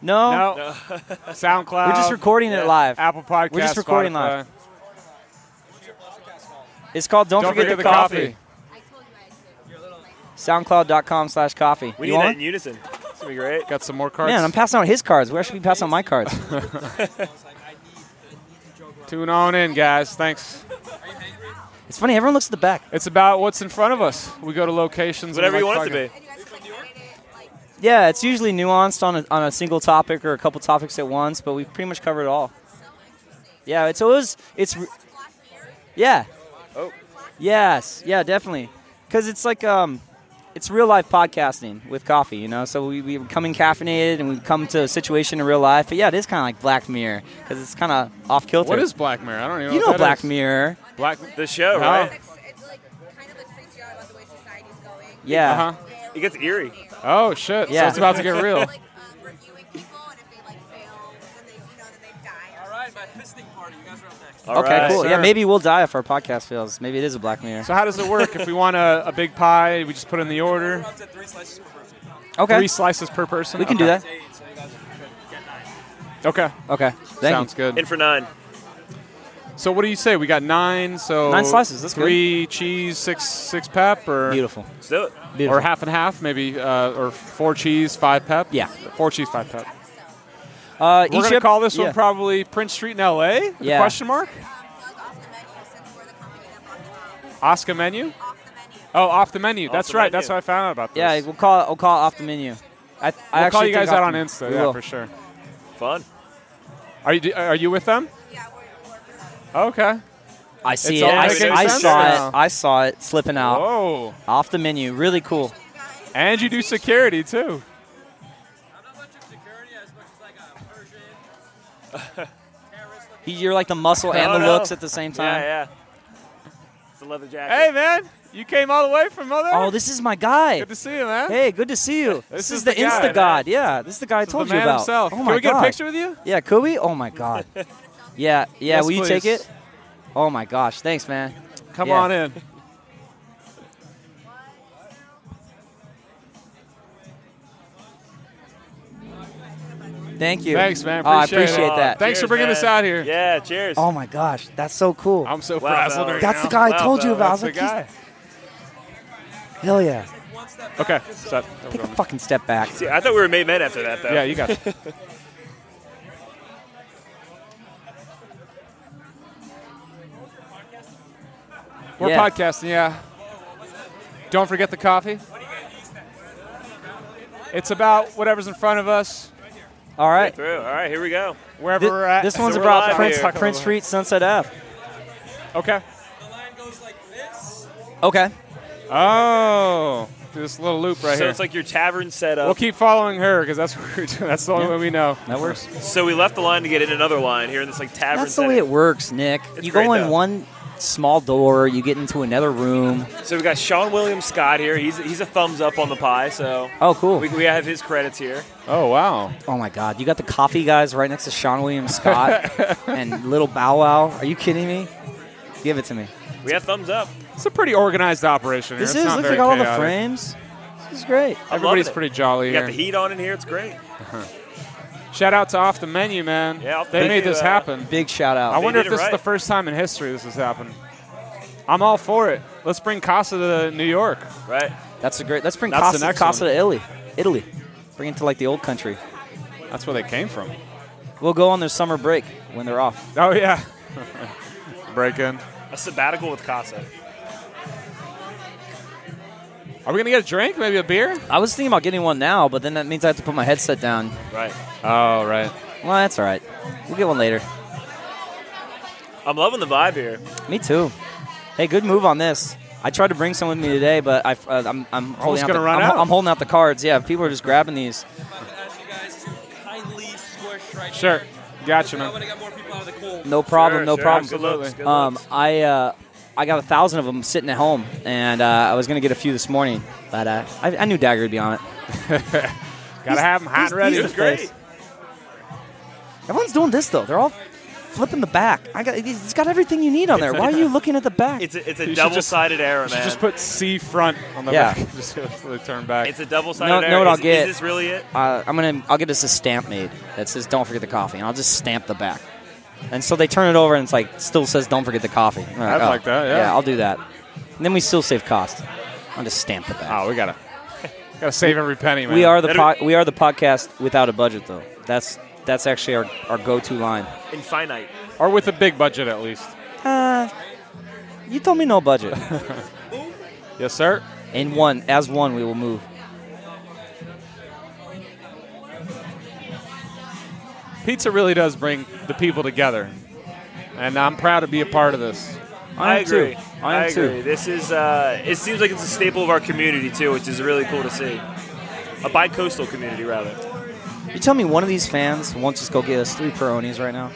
S1: No,
S3: No.
S1: (laughs)
S3: SoundCloud.
S1: We're just recording it
S2: Yeah.
S1: live.
S3: Apple Podcast.
S1: We're just recording
S3: Spotify.
S1: live. It's called Don't,
S3: Don't, forget, the coffee.
S1: SoundCloud.com slash coffee.
S2: we
S1: you
S2: need
S1: want
S2: that
S1: it?
S2: in unison. It's gonna be great.
S3: Got some more cards.
S1: Man, I'm passing out his cards. Where should we pass out my cards?
S3: Tune on in, guys. Thanks.
S1: it's funny. Everyone looks at the back.
S3: It's about what's in front of us. We go to locations.
S2: Whatever
S3: and
S2: you
S3: we like
S2: want it to
S3: talking.
S2: be.
S1: Yeah, it's usually nuanced on a, on a single topic or a couple topics at once, but we pretty much covered it all. Yeah, it's always it's re- yeah.
S2: Oh.
S1: Yes, yeah, definitely. Cuz it's like um it's real life podcasting with coffee, you know. So we we come caffeinated and we come to a situation in real life. But yeah, it is kind of like Black Mirror cuz it's kind of off kilter.
S3: What is Black Mirror? I don't even know.
S1: You
S3: what
S1: know
S3: that
S1: Black
S3: is.
S1: Mirror?
S3: Black.
S2: The show,
S3: No.
S2: right?
S1: Yeah.
S3: Uh
S4: Uh-huh.
S3: huh.
S2: It gets eerie.
S3: Oh shit. So
S1: Uh-huh. Yeah.
S3: it's about to get
S1: (laughs)
S3: real.
S4: Like, um, reviewing people, and if they like fail, then they, you know, then they die. All right, my fisting party. You guys are up next.
S2: All
S1: okay,
S2: right.
S1: cool. Yeah,
S3: sir.
S1: maybe we'll die if our podcast fails. Maybe it is a Black Mirror.
S3: So how does it work? If we want a, a big pie, we just put in the order.
S4: to three slices per person.
S1: Okay.
S3: Three slices per person.
S1: we can do that.
S4: Eight, so you guys should get nine.
S3: Okay.
S1: Okay. Thank you.
S3: Sounds good.
S2: In for nine.
S3: So what do you say? We got nine. So
S1: Nine slices, that's good.
S3: three cheese, six six pep, or
S1: Beautiful.
S2: Let's do it.
S1: Beautiful.
S3: or half and half, maybe, uh, or four cheese, five pep.
S1: Yeah.
S3: four cheese, five pep.
S1: Uh,
S3: We're
S1: each
S3: gonna
S1: ep-
S3: call this
S1: yeah.
S3: one probably Prince Street in L.A. With a
S1: Yeah.
S3: question mark. Oscar menu. Oh, off the menu. That's
S2: the
S3: right.
S2: menu.
S3: That's how I found out about this.
S1: Yeah, we'll call it, we'll call it off the menu. I, th- I
S3: We'll call
S1: actually
S3: you guys
S1: think
S3: out
S1: off
S3: on
S1: the-
S3: Insta.
S1: we
S3: Yeah,
S1: will.
S3: for sure.
S2: Fun.
S3: Are you are you with them? Okay.
S1: I see
S3: It's
S1: it.
S3: all
S1: I,
S2: making
S1: I
S2: sense
S1: saw
S3: now. Oh.
S1: it. I saw it slipping out
S3: Whoa.
S1: off the menu. Really cool.
S3: And you do security too.
S1: He- You're like the muscle and
S2: Oh,
S1: the
S2: no.
S1: looks at the same time.
S2: Yeah, yeah. It's a leather jacket.
S3: Hey man, you came all the way from over there.
S1: Oh, this is my guy.
S3: Good to see you, man.
S1: hey, good to see you. This,
S3: is
S1: is,
S3: the
S1: the,
S3: guy,
S1: Insta
S3: man.
S1: God. Yeah, this is the guy I
S3: This is
S1: told
S3: the
S1: you
S3: man
S1: about.
S3: himself.
S1: Oh
S3: Can
S1: my
S3: we get
S1: god.
S3: a picture with you?
S1: Yeah, could we? Oh my
S3: (laughs)
S1: god. Yeah, yeah.
S3: Yes,
S1: will you take
S3: please.
S1: it? Oh my gosh. Thanks, man.
S3: Come
S1: Yeah.
S3: on in.
S1: Thank you.
S3: Thanks, man.
S1: Oh, I
S3: Appreciate it.
S1: appreciate
S2: Aw,
S1: that.
S3: Thanks for bringing
S2: man.
S3: us out here.
S2: Yeah, cheers.
S1: Oh my gosh, that's so cool.
S3: I'm so
S2: Wow,
S3: frazzled
S2: fellas.
S3: right
S1: that's
S3: now.
S1: the guy I
S2: Wow,
S1: told you
S2: fella.
S1: about. I was
S3: That's the
S1: like, he's-
S3: guy.
S1: hell yeah.
S3: Okay. Set.
S1: Take a fucking step back.
S2: See, I thought we were made men after that, though.
S3: Yeah, you
S1: (laughs)
S3: got it. We're
S1: Yeah.
S3: podcasting, yeah. Don't forget the coffee. It's about whatever's in front of us,
S1: All right.
S2: Through. All right, here we go.
S3: wherever
S1: Thi-
S3: we're at.
S1: This one's
S2: we're
S1: about
S2: live
S1: Prince,
S2: here.
S1: Prince Street, Sunset Ave.
S3: (laughs) Okay.
S1: Okay.
S3: Oh, do this little loop right
S2: so
S3: here.
S2: it's like your tavern setup.
S3: we'll keep following her because that's (laughs) what we're doing. That's the only way we know.
S1: That works.
S2: So we left the line to get in another line here in this like tavern.
S1: That's the way it works, Nick.
S2: It's
S1: you go
S2: great,
S1: in
S2: though.
S1: one small door, you get into another room.
S2: works. So we got Sean William Scott here. He's he's a thumbs up on the pie. So
S1: Oh, cool.
S2: we, we have his credits here.
S3: Oh wow.
S1: oh my God, you got the coffee guys right next to Sean William
S3: (laughs)
S1: Scott and Little Bow Wow. Are you kidding me? Give it to me.
S2: We have thumbs up.
S3: It's a pretty organized operation. Here.
S1: This
S3: It's
S1: is
S3: not
S1: looks
S3: very
S1: like all the
S3: chaotic.
S1: frames. This is great.
S2: I'm
S3: Everybody's
S2: loving it.
S3: pretty jolly
S2: We
S3: here.
S2: got the heat on in here. It's great.
S3: Shout out to Off the Menu, man.
S2: Yeah, Off the
S3: they
S2: Menu,
S3: made this
S2: uh,
S3: happen.
S1: Big shout
S3: I
S1: out.
S3: wonder
S2: did
S3: if
S2: it
S3: this is
S2: right.
S3: the first time in history this has happened. I'm all for it. Let's bring Casa to New York.
S2: Right.
S1: That's a great. Let's bring
S3: That's the
S1: Casa,
S3: next
S1: Casa
S3: one.
S1: to Italy. Italy. Bring it to like the old country.
S3: That's where they came from.
S1: We'll go on their summer break when they're off.
S3: Oh yeah. (laughs) Break in.
S2: A sabbatical with Casa.
S3: Are we gonna get a drink? Maybe a beer?
S1: I was thinking about getting one now, but then that means I have to put my headset down.
S2: Right.
S3: Oh right.
S1: Well, that's all right. We'll get one later.
S2: I'm loving the vibe here.
S1: Me too. Hey, good move on this. I tried to bring some with me today, but I, uh, I'm, I'm holding out.
S3: gonna
S1: the, I'm,
S3: run out.
S1: I'm holding out the cards. Yeah, people are just grabbing these.
S5: I'm gonna ask you guys to kindly squish right
S3: Sure.
S5: here.
S3: Gotcha,
S5: I
S3: man.
S5: want to get more people out of the cold.
S1: No problem. no
S2: Sure, sure.
S1: problem.
S2: Good looks,
S3: Absolutely.
S2: good
S1: Um,
S2: looks.
S1: I uh, I got a thousand of them sitting at home, and uh, I was gonna get a few this morning, but uh, I, I knew Dagger would be on it.
S3: Gotta have them hot
S1: he's-
S3: and ready.
S1: he's the
S2: It's great.
S1: face. Everyone's doing this though. They're all flipping the back. I got it's got everything you need on there. Why are you looking at the back?
S2: It's a, it's a
S3: You should
S2: double sided arrow,
S3: You should
S2: man.
S3: just put C front on the
S1: Yeah.
S3: back. (laughs) Just so they turn back.
S2: it's a double sided
S1: No-
S2: arrow.
S1: no, what I'll
S2: is,
S1: get-
S2: is this really it?
S1: uh, I'm gonna I'll get us a stamp made that says "Don't forget the coffee," and I'll just stamp the back. And so they turn it over, and it's like still says "Don't forget the coffee." And I'm "Oh,
S3: I'd like that, yeah.
S1: I'll do that. And then we still save cost. I'll just stamp the back.
S3: oh, we gotta gotta save every penny, man.
S1: we are the
S2: That'd
S1: po- we are the podcast without a budget, though. That's that's actually our, our go to line.
S2: Infinite.
S3: or with a big budget at least.
S1: Uh, you told me no budget.
S3: Yes, sir.
S1: In one, as one, we will move.
S3: Pizza really does bring the people together, and I'm proud to be a part of this.
S1: I, am
S2: agree.
S1: Too. I am
S2: agree.
S1: too.
S2: This is. Uh, it seems like it's a staple of our community too, which is really cool to see. A bi-coastal community, rather.
S1: You tell me one of these fans won't just go get us three Peronis right now.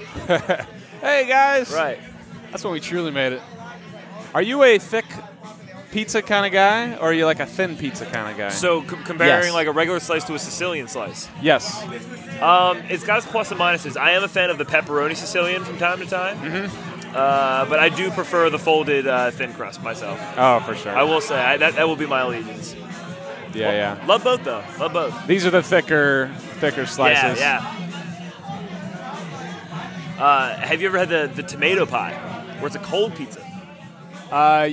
S3: Hey guys,
S2: Right.
S3: That's when we truly made it. Are you a thick pizza kind of guy, or are you like a thin pizza kind of guy?
S2: So c- comparing
S1: Yes.
S2: like a regular slice to a Sicilian slice,
S3: yes,
S2: um, it's got its plus and minuses. I am a fan of the pepperoni Sicilian from time to time,
S1: Mm-hmm.
S2: uh, but I do prefer the folded uh, thin crust myself.
S3: oh for sure.
S2: I will say I, that that will be my allegiance.
S3: yeah, yeah.
S2: Love both though. Love both.
S3: These are the thicker, thicker slices.
S2: Yeah, yeah. Uh, have you ever had the, the tomato pie, where it's a cold pizza?
S3: yeah. Uh,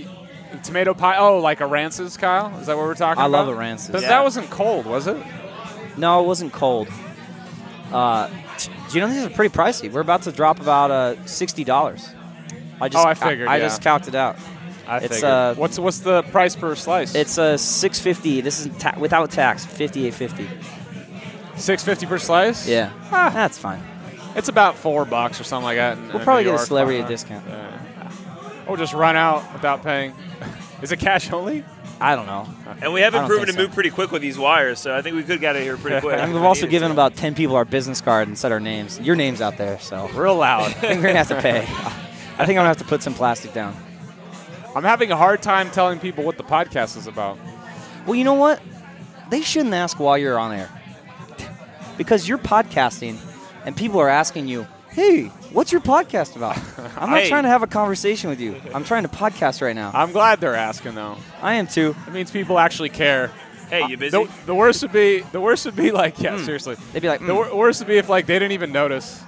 S3: tomato pie. Oh, like a Rances, Kyle? Is that what we're talking
S1: I
S3: about?
S1: love a Rances.
S3: But
S2: Yeah.
S3: that wasn't cold, was it?
S1: No, it wasn't cold. Uh, t- you know these are pretty pricey. We're about to drop about uh, sixty dollars. I just
S3: Oh, I figured,
S1: I,
S3: yeah.
S1: just counted it out.
S3: I
S1: It's,
S3: figured.
S1: uh,
S3: what's what's the price per slice?
S1: It's uh, six fifty. This is ta- without tax, fifty eight fifty.
S3: six fifty per slice.
S1: Yeah,
S3: Ah.
S1: that's fine.
S3: It's about four bucks or something like that. in-
S1: We'll
S3: in
S1: probably
S3: New
S1: get a
S3: York.
S1: celebrity
S3: Uh,
S1: discount.
S3: uh, We'll just run out without paying. Is it cash only?
S1: I don't know.
S2: And we have
S1: Uh, I don't
S2: been proven to
S1: think so.
S2: move pretty quick with these wires, so I think we could get out of
S1: (laughs)
S2: here pretty quick.
S1: And we've also given about ten people our business card and said our names. Your name's out there, so I (laughs)
S3: Real loud.
S1: think we're gonna have to pay. I think I'm gonna have to put some plastic down.
S3: I'm having a hard time telling people what the podcast is about.
S1: Well, you know what? They shouldn't ask while you're on air. Because you're podcasting and people are asking you, hey, what's your podcast about? I'm not
S2: Hey.
S1: trying to have a conversation with you. I'm trying to podcast right now.
S3: I'm glad they're asking though.
S1: I am too.
S3: It means people actually care.
S2: Hey,
S1: Uh,
S2: you busy?
S3: The, the worst would be the worst would be like yeah,
S1: Hmm.
S3: seriously.
S1: They'd be like,
S3: The
S1: "Mm."
S3: wor- worst would be if like they didn't even notice.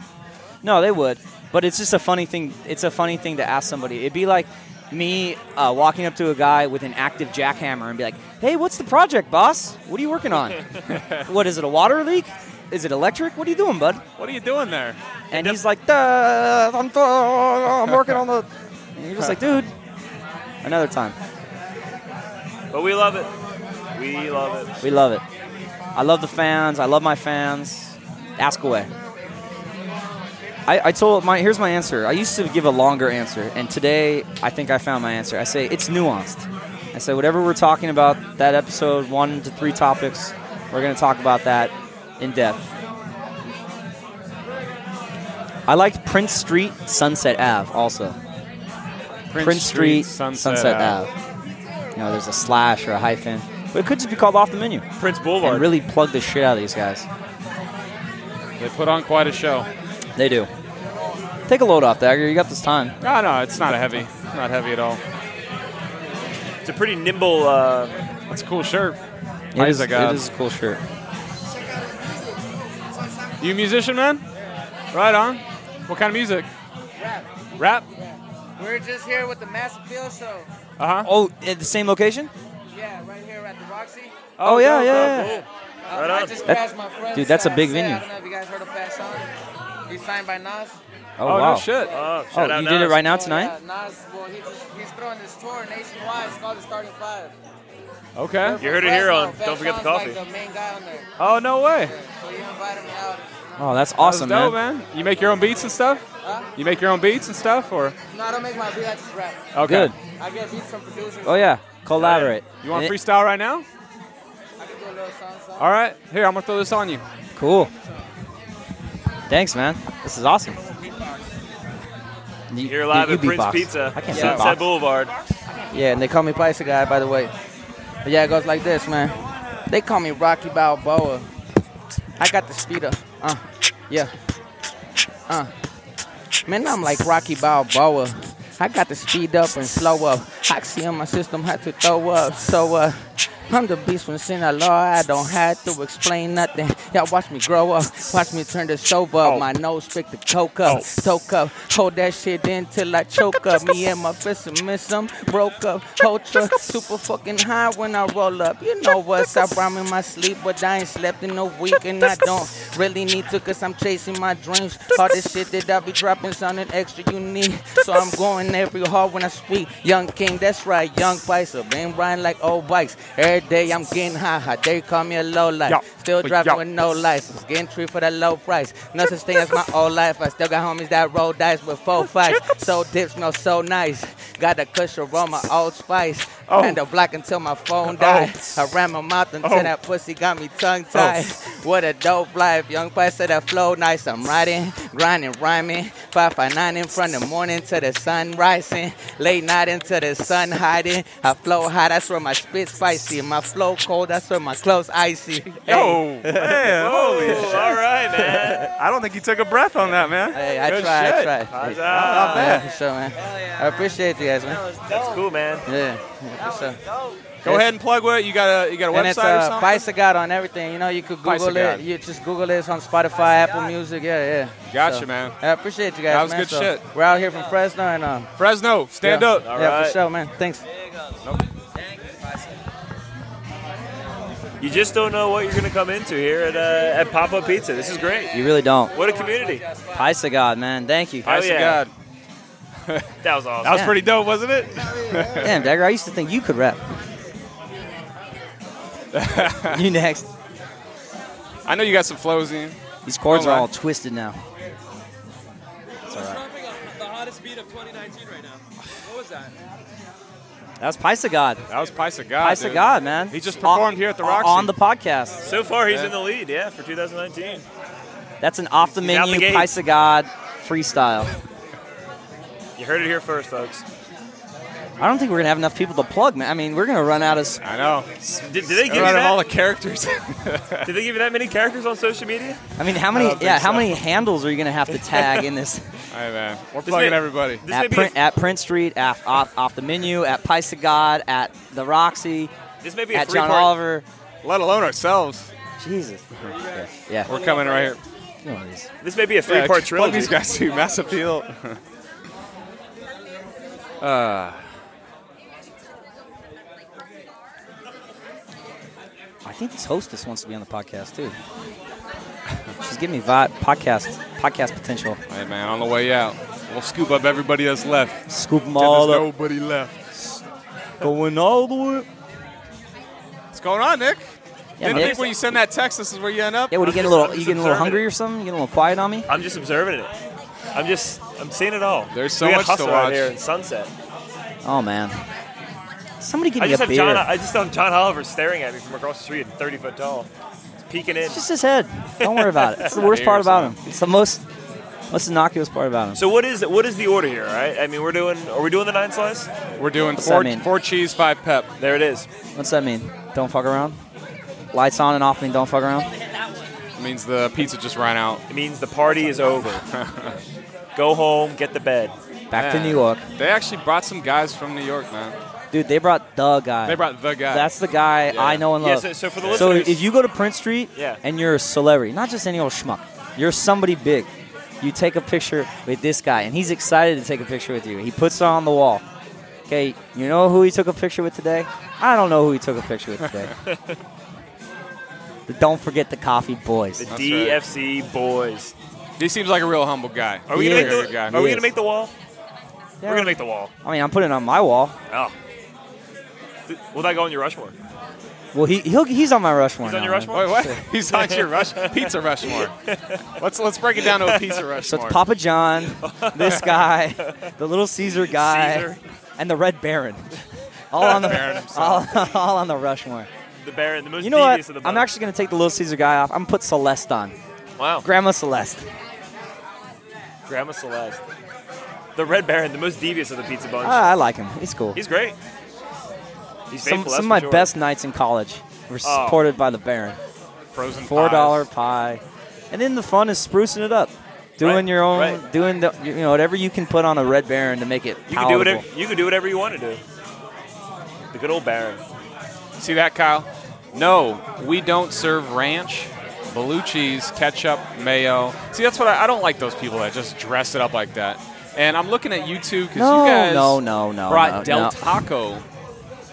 S1: no, they would. But it's just a funny thing. It's a funny thing to ask somebody. It'd be like me uh, walking up to a guy with an active jackhammer and be like, hey, what's the project, boss? What are you working on? what is it, a water leak? Is it electric? What are you doing, bud?
S3: What are you doing there?
S1: And he's like, "Duh, I'm, duh, I'm working on the. And you're just like, dude. Another time.
S2: but we love it. We love it.
S1: We love it. I love the fans. I love my fans. Ask away. I, I told my here's my answer. I used to give a longer answer, and today I think I found my answer. I say it's nuanced. I say whatever we're talking about that episode, one to three topics, we're going to talk about that in depth. I liked Prince Street, Sunset Ave, also.
S3: Prince,
S1: Prince Street,
S3: Sunset,
S1: Sunset,
S3: Ave.
S1: Ave. You know, there's a slash or a hyphen. But it could just be called off the menu.
S2: Prince Boulevard.
S1: And really plug the shit out of these guys.
S3: They put on quite a show.
S1: They do. Take a load off, Dagger. You got this time.
S3: No, no, it's not heavy. It's not heavy at all.
S2: it's a pretty nimble. Uh,
S3: It's a cool shirt.
S1: It
S3: Praise
S1: is,
S3: the God.
S1: it is a cool shirt.
S3: You a musician, man? Right on. What kind of music? Rap. Rap?
S6: We're just here with the Mass Appeal Show.
S3: Uh huh.
S1: Oh, at the same location?
S6: Yeah, right here at the Roxy.
S1: Oh, yeah, yeah, yeah.
S2: cool.
S6: Uh,
S2: Right
S6: I
S2: on.
S6: just
S1: That-
S6: crashed my friend.
S1: dude, that's a
S6: Sad
S1: big
S6: Sad.
S1: venue.
S6: I don't know if you guys heard of Fat Son. He's signed by Nas.
S1: Oh,
S3: Oh,
S1: wow.
S3: no shit.
S2: Oh,
S1: Oh,
S2: shout out
S1: you did it
S2: Nas.
S1: right now
S6: Oh,
S1: tonight?
S6: yeah, Nas, well, he just, he's throwing this tour nationwide. It's called the Starting Five.
S3: Okay.
S2: You heard it here on
S6: Fat
S2: Don't Forget the
S6: Son's
S2: Coffee.
S6: Like the main guy on there.
S3: Oh no way.
S6: So you invited me out.
S1: Oh, that's awesome,
S3: that was dope,
S1: man.
S3: man. You make your own beats and stuff? You make your own beats and stuff, or
S6: No, I don't make my beat. I just rap.
S3: okay.
S1: Good.
S6: I get beats from producers.
S1: Oh yeah, collaborate.
S3: You want
S1: And it-
S3: freestyle right now?
S6: I can do a little song. song.
S3: All right. Here, I'm gonna throw this on you.
S1: Cool. Thanks, man. This is awesome. You,
S2: You're live
S1: you- you
S2: at Prince
S1: beatbox.
S2: Pizza,
S1: I can't
S2: Sunset
S1: beatbox.
S2: Boulevard.
S6: Yeah, and they call me Paisa Guy, by the way. But yeah, it goes like this, man. They call me Rocky Balboa. I got the speed up. Uh, yeah. Uh. Man, I'm like Rocky Balboa. I got to speed up and slow up. Oxy in my system had to throw up. So, uh, I'm the beast from Sinaloa. I don't have to explain nothing. Y'all watch me grow up. Watch me turn the stove up. My nose pick the coke up. Soak up. Hold that shit in till I choke up. Me and my fist and miss 'em. Broke up. Ultra. Super fucking high when I roll up. You know what's up. I'm in my sleep, but I ain't slept in a week. And I don't really need to because I'm chasing my dreams. All this shit that I be dropping sounding extra unique. So I'm going every hard when I speak. Young King, that's right. Young Paisa. Been riding like old bikes. Every day I'm getting high. high. They call me a low life.
S3: Yeah.
S6: Still
S3: But
S6: driving
S3: yeah.
S6: with no license. Getting treated for the low price. No such thing as my old life. I still got homies that roll dice with four fights. So dip smell so nice. Got a cush aroma, old spice.
S3: Oh.
S6: And the block until my phone died. I ran my mouth until
S3: Oh.
S6: that pussy got me tongue tied. What a dope life. Young Paisa that flow nice. I'm riding, grinding, rhyming. 559 in front of morning to the sun rising. Late night into the sun hiding. I flow hot, that's where my spit spicy. My flow cold, that's where my clothes icy. Hey.
S3: Oh, man, holy
S2: Ooh, all right, man.
S3: (laughs) I don't think you took a breath on that, man.
S6: Hey, I
S3: Good
S6: tried,
S3: shit.
S6: I tried.
S2: Huzzah.
S6: Yeah, for sure, man. I appreciate you guys, man.
S2: That's cool, man.
S6: Yeah, yeah, for sure.
S3: Go ahead and plug what you got. A you got a website
S6: And it's
S3: or
S6: uh,
S3: something?
S6: Bicygot on everything. You know, you could Google
S3: Bicygot.
S6: it. You just Google it. It's on Spotify, Apple Music. Yeah, yeah.
S3: Gotcha,
S6: So,
S3: man.
S6: I appreciate you guys.
S3: That was
S6: man.
S3: good
S6: So,
S3: shit.
S6: We're out here from Fresno, and um,
S3: Fresno, stand
S6: yeah.
S3: up.
S2: All
S6: yeah,
S2: right.
S6: for sure, man. Thanks.
S2: You just don't know what you're going to come into here at, uh, at Pop Up Pizza. This is great.
S1: You really don't.
S2: What a community.
S1: Pies to God, man. Thank you.
S2: Oh,
S3: Nice to
S2: yeah.
S3: God.
S2: That was awesome.
S3: That was
S1: Yeah.
S3: pretty dope, wasn't it?
S1: Damn, Dagger, I used to think you could rap. you next.
S3: I know you got some flows in. you.
S1: These cords
S3: Don't
S1: are
S3: lie.
S1: all twisted now. It's all right.
S5: Dropping a- the hottest beat of 2019 right now. What was that?
S1: That was Pies to God.
S3: That was Pice of God.
S1: Pies to
S3: dude.
S1: God, man.
S3: He just
S1: On-
S3: performed here at the Roxy.
S1: On the podcast.
S2: So far, he's
S3: Yeah.
S2: in the lead, yeah, for 2019.
S1: That's an off the
S2: He's out the
S1: menu
S2: gate.
S1: Pies to God freestyle.
S2: You heard it here first, folks.
S1: I don't think we're gonna have enough people to plug, man. I mean, we're gonna run out of. s-
S3: I know.
S2: Did, did they give you
S3: Out of all
S2: that?
S3: the characters. (laughs)
S2: Did they give you that many characters on social media?
S1: I mean, how
S3: I
S1: many?
S3: don't think
S1: Yeah, how
S3: so.
S1: many handles are you gonna have to tag in this?
S3: Hey man, we're
S2: This
S3: plugging
S2: may-
S3: everybody.
S2: This may
S1: at,
S2: be a,
S1: print, at Prince Street, at off, off the menu, at Pies to God, at the Roxy,
S2: this may be a
S1: at
S2: free
S1: John
S2: part-
S1: Oliver.
S3: Let alone ourselves.
S1: Jesus. Yeah.
S3: We're coming right here.
S1: you know these.
S2: This may be a
S3: Yeah,
S2: three-part
S3: Plug
S2: trilogy.
S3: these guys too. Mass appeal.
S1: I think this hostess wants to be on the podcast too. She's giving me vibe, podcast podcast potential.
S3: Hey man, on the way out, we'll scoop up everybody that's left.
S1: Scoop them
S3: Pretend
S1: all
S3: there's
S1: up.
S3: nobody left.
S1: Going all the way.
S3: What's going on, Nick?
S1: Yeah,
S3: Didn't
S1: Nick.
S3: think when you send that text, this is where you end up.
S1: Yeah, what are
S2: I'm
S1: you getting a
S2: just-
S1: little?
S2: I'm
S1: You
S2: just
S1: getting a little
S2: observing
S1: hungry
S2: it.
S1: or something? You getting a little quiet on me?
S2: I'm just observing it. I'm just, I'm seeing it all.
S3: There's so
S2: we got
S3: much to
S2: hustle out
S3: watch.
S2: here in Sunset.
S1: Oh man. Somebody give
S2: I
S1: me
S2: just
S1: a
S2: have John.
S1: beer.
S2: I just have John Oliver staring at me from across the street, at 30 foot tall, He's peeking in.
S1: It's just his head. Don't worry about it. It's the worst
S3: Beer
S1: part
S3: or
S1: about him. It's the most most innocuous part about him.
S2: So what is what is the order here? All right. I mean, we're doing. Are we doing the nine slice?
S3: We're doing
S1: What's that
S3: four,
S1: mean?
S3: four cheese, five pep.
S2: There it is.
S1: What's that mean? Don't fuck around. Lights on and off mean don't fuck around.
S3: It means the pizza just ran out.
S2: It means the party is (laughs) over. Go home, get the bed.
S1: Back to
S3: Man.
S1: New York,
S3: They actually brought some guys from New York, man.
S1: dude. They brought the guy.
S3: They brought the guy.
S1: That's the guy
S3: Yeah.
S1: I know and
S2: Yeah,
S1: love.
S2: so- so for the listeners-
S1: if you go to Prince Street
S2: Yeah.
S1: and you're a celebrity, not just any old schmuck, you're somebody big. You take a picture with this guy, and he's excited to take a picture with you. He puts it on the wall. Okay, you know who he took a picture with today? I don't know who he took a picture with
S2: (laughs)
S1: today. but don't forget the coffee boys.
S2: The
S3: That's
S2: DFC boys.
S3: he seems like a real humble guy.
S2: Are we
S1: He
S2: gonna
S1: is.
S2: make the,
S3: Very good guy.
S2: Are we
S1: He
S2: gonna
S1: is.
S2: make the wall?
S1: Yeah.
S2: We're gonna make the wall.
S1: I mean, I'm putting it on my wall.
S2: Oh. Th- Will that go on your Rushmore?
S1: Well, he he'll, he's on my Rushmore.
S2: He's on
S1: now,
S2: your
S1: man.
S2: Rushmore?
S3: Wait, what? (laughs) He's on your Rush pizza Rushmore. Let's let's break it down
S1: (laughs)
S3: to a pizza
S1: So
S3: Rushmore.
S1: it's Papa
S2: (laughs)
S1: John, this guy, the Little Caesar guy,
S2: Caesar.
S1: and the Red Baron. All on
S3: Baron
S1: the all, (laughs)
S3: himself.
S1: all on the Rushmore.
S2: The Baron, the most
S1: You know what?
S2: devious of the
S1: I'm
S2: bunch.
S1: actually going to take the Little Caesar guy off. I'm going to put Celeste on.
S3: Wow.
S1: Grandma Celeste.
S2: Grandma Celeste. The Red Baron, the most devious of the pizza bunch.
S1: Ah, I like him. He's cool.
S2: He's great. He's
S1: some some
S2: faithful,
S1: of
S2: that's
S1: my
S2: for sure.
S1: best nights in college were
S2: Oh.
S1: supported by the Baron.
S3: Frozen
S1: Four
S3: pies.
S1: dollar pie, and then the fun is sprucing it up, doing
S2: Right,
S1: your own,
S2: right.
S1: doing the, you know whatever you can put on a Red Baron to make it
S2: You can do
S1: palatable.
S2: whatever you can do whatever you want to do. The good old Baron.
S3: See that, Kyle? No, we don't serve ranch, blue cheese, ketchup, mayo. See, that's what I, I don't like those people that just dress it up like that. And I'm looking at you two because
S1: No,
S3: you guys
S1: no, no, no,
S3: brought
S1: no,
S3: Del
S1: no.
S3: Taco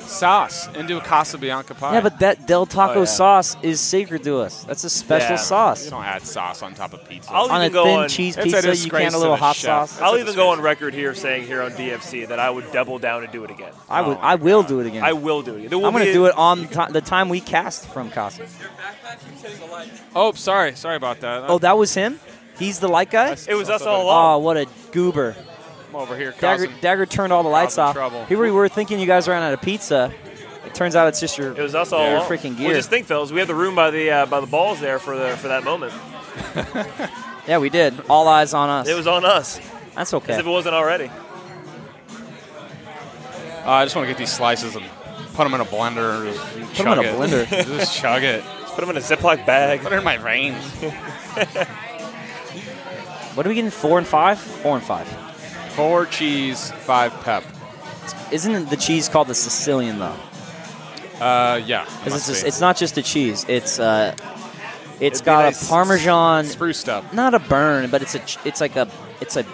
S3: sauce into a Casabianca pie.
S1: Yeah, but that Del Taco
S2: Oh, yeah.
S1: sauce is sacred to us. That's a special
S2: Yeah.
S3: you
S1: sauce.
S3: don't add sauce on top of pizza.
S2: I'll-
S1: On a
S2: even go
S1: thin
S2: on-
S1: cheese
S3: That's a
S1: pizza, you
S3: disgrace
S1: can a
S3: to
S1: little
S3: the
S1: hot
S3: chef.
S1: sauce.
S3: That's
S2: I'll
S3: a
S2: even go on
S3: disgrace.
S2: record here saying here on DFC that I would double down and do it again.
S1: I would,
S3: Oh,
S1: I will do it again.
S2: I will do it. again. There will
S1: I'm going to
S2: be a-
S1: do it on (laughs) the ti- the time we cast from Casa.
S5: Your backpack keeps hitting the light.
S3: oh, sorry, sorry about that.
S1: Oh, that was him. He's the light guy.
S2: It was us
S3: Also
S2: all
S3: done.
S2: along.
S1: Oh, what a goober.
S3: I'm over here
S1: Dagger,
S3: causing.
S1: Dagger turned all the lights
S3: causing
S1: off.
S3: trouble.
S1: Here we were thinking you guys ran out of pizza. It turns out it's just your
S2: It was us all
S1: your
S2: along.
S1: freaking
S2: Well,
S1: gear.
S2: just think, fellas, we had the room by the uh, by the balls there for the for that moment.
S1: yeah, we did. All eyes on us.
S2: It was on us,
S1: That's
S2: as
S1: okay.
S2: if it wasn't already.
S3: Uh, I just want to get these slices and put them in a blender. and Just
S1: Put 'em
S3: chug
S1: in a
S3: it. (laughs) just chug it.
S2: Let's put them in a Ziploc bag.
S3: Put it in my veins.
S1: What are we getting? Four and five. Four and five.
S3: Four cheese, five pep.
S1: Isn't the cheese called the Sicilian though?
S3: Uh, yeah. it
S1: Because
S3: must
S1: it's, just-
S3: be.
S1: it's not just a cheese. It's uh, it's
S2: be
S1: got
S2: nice
S1: a parmesan,
S3: spruced up.
S1: not a burn, but it's a ch- it's like a it's a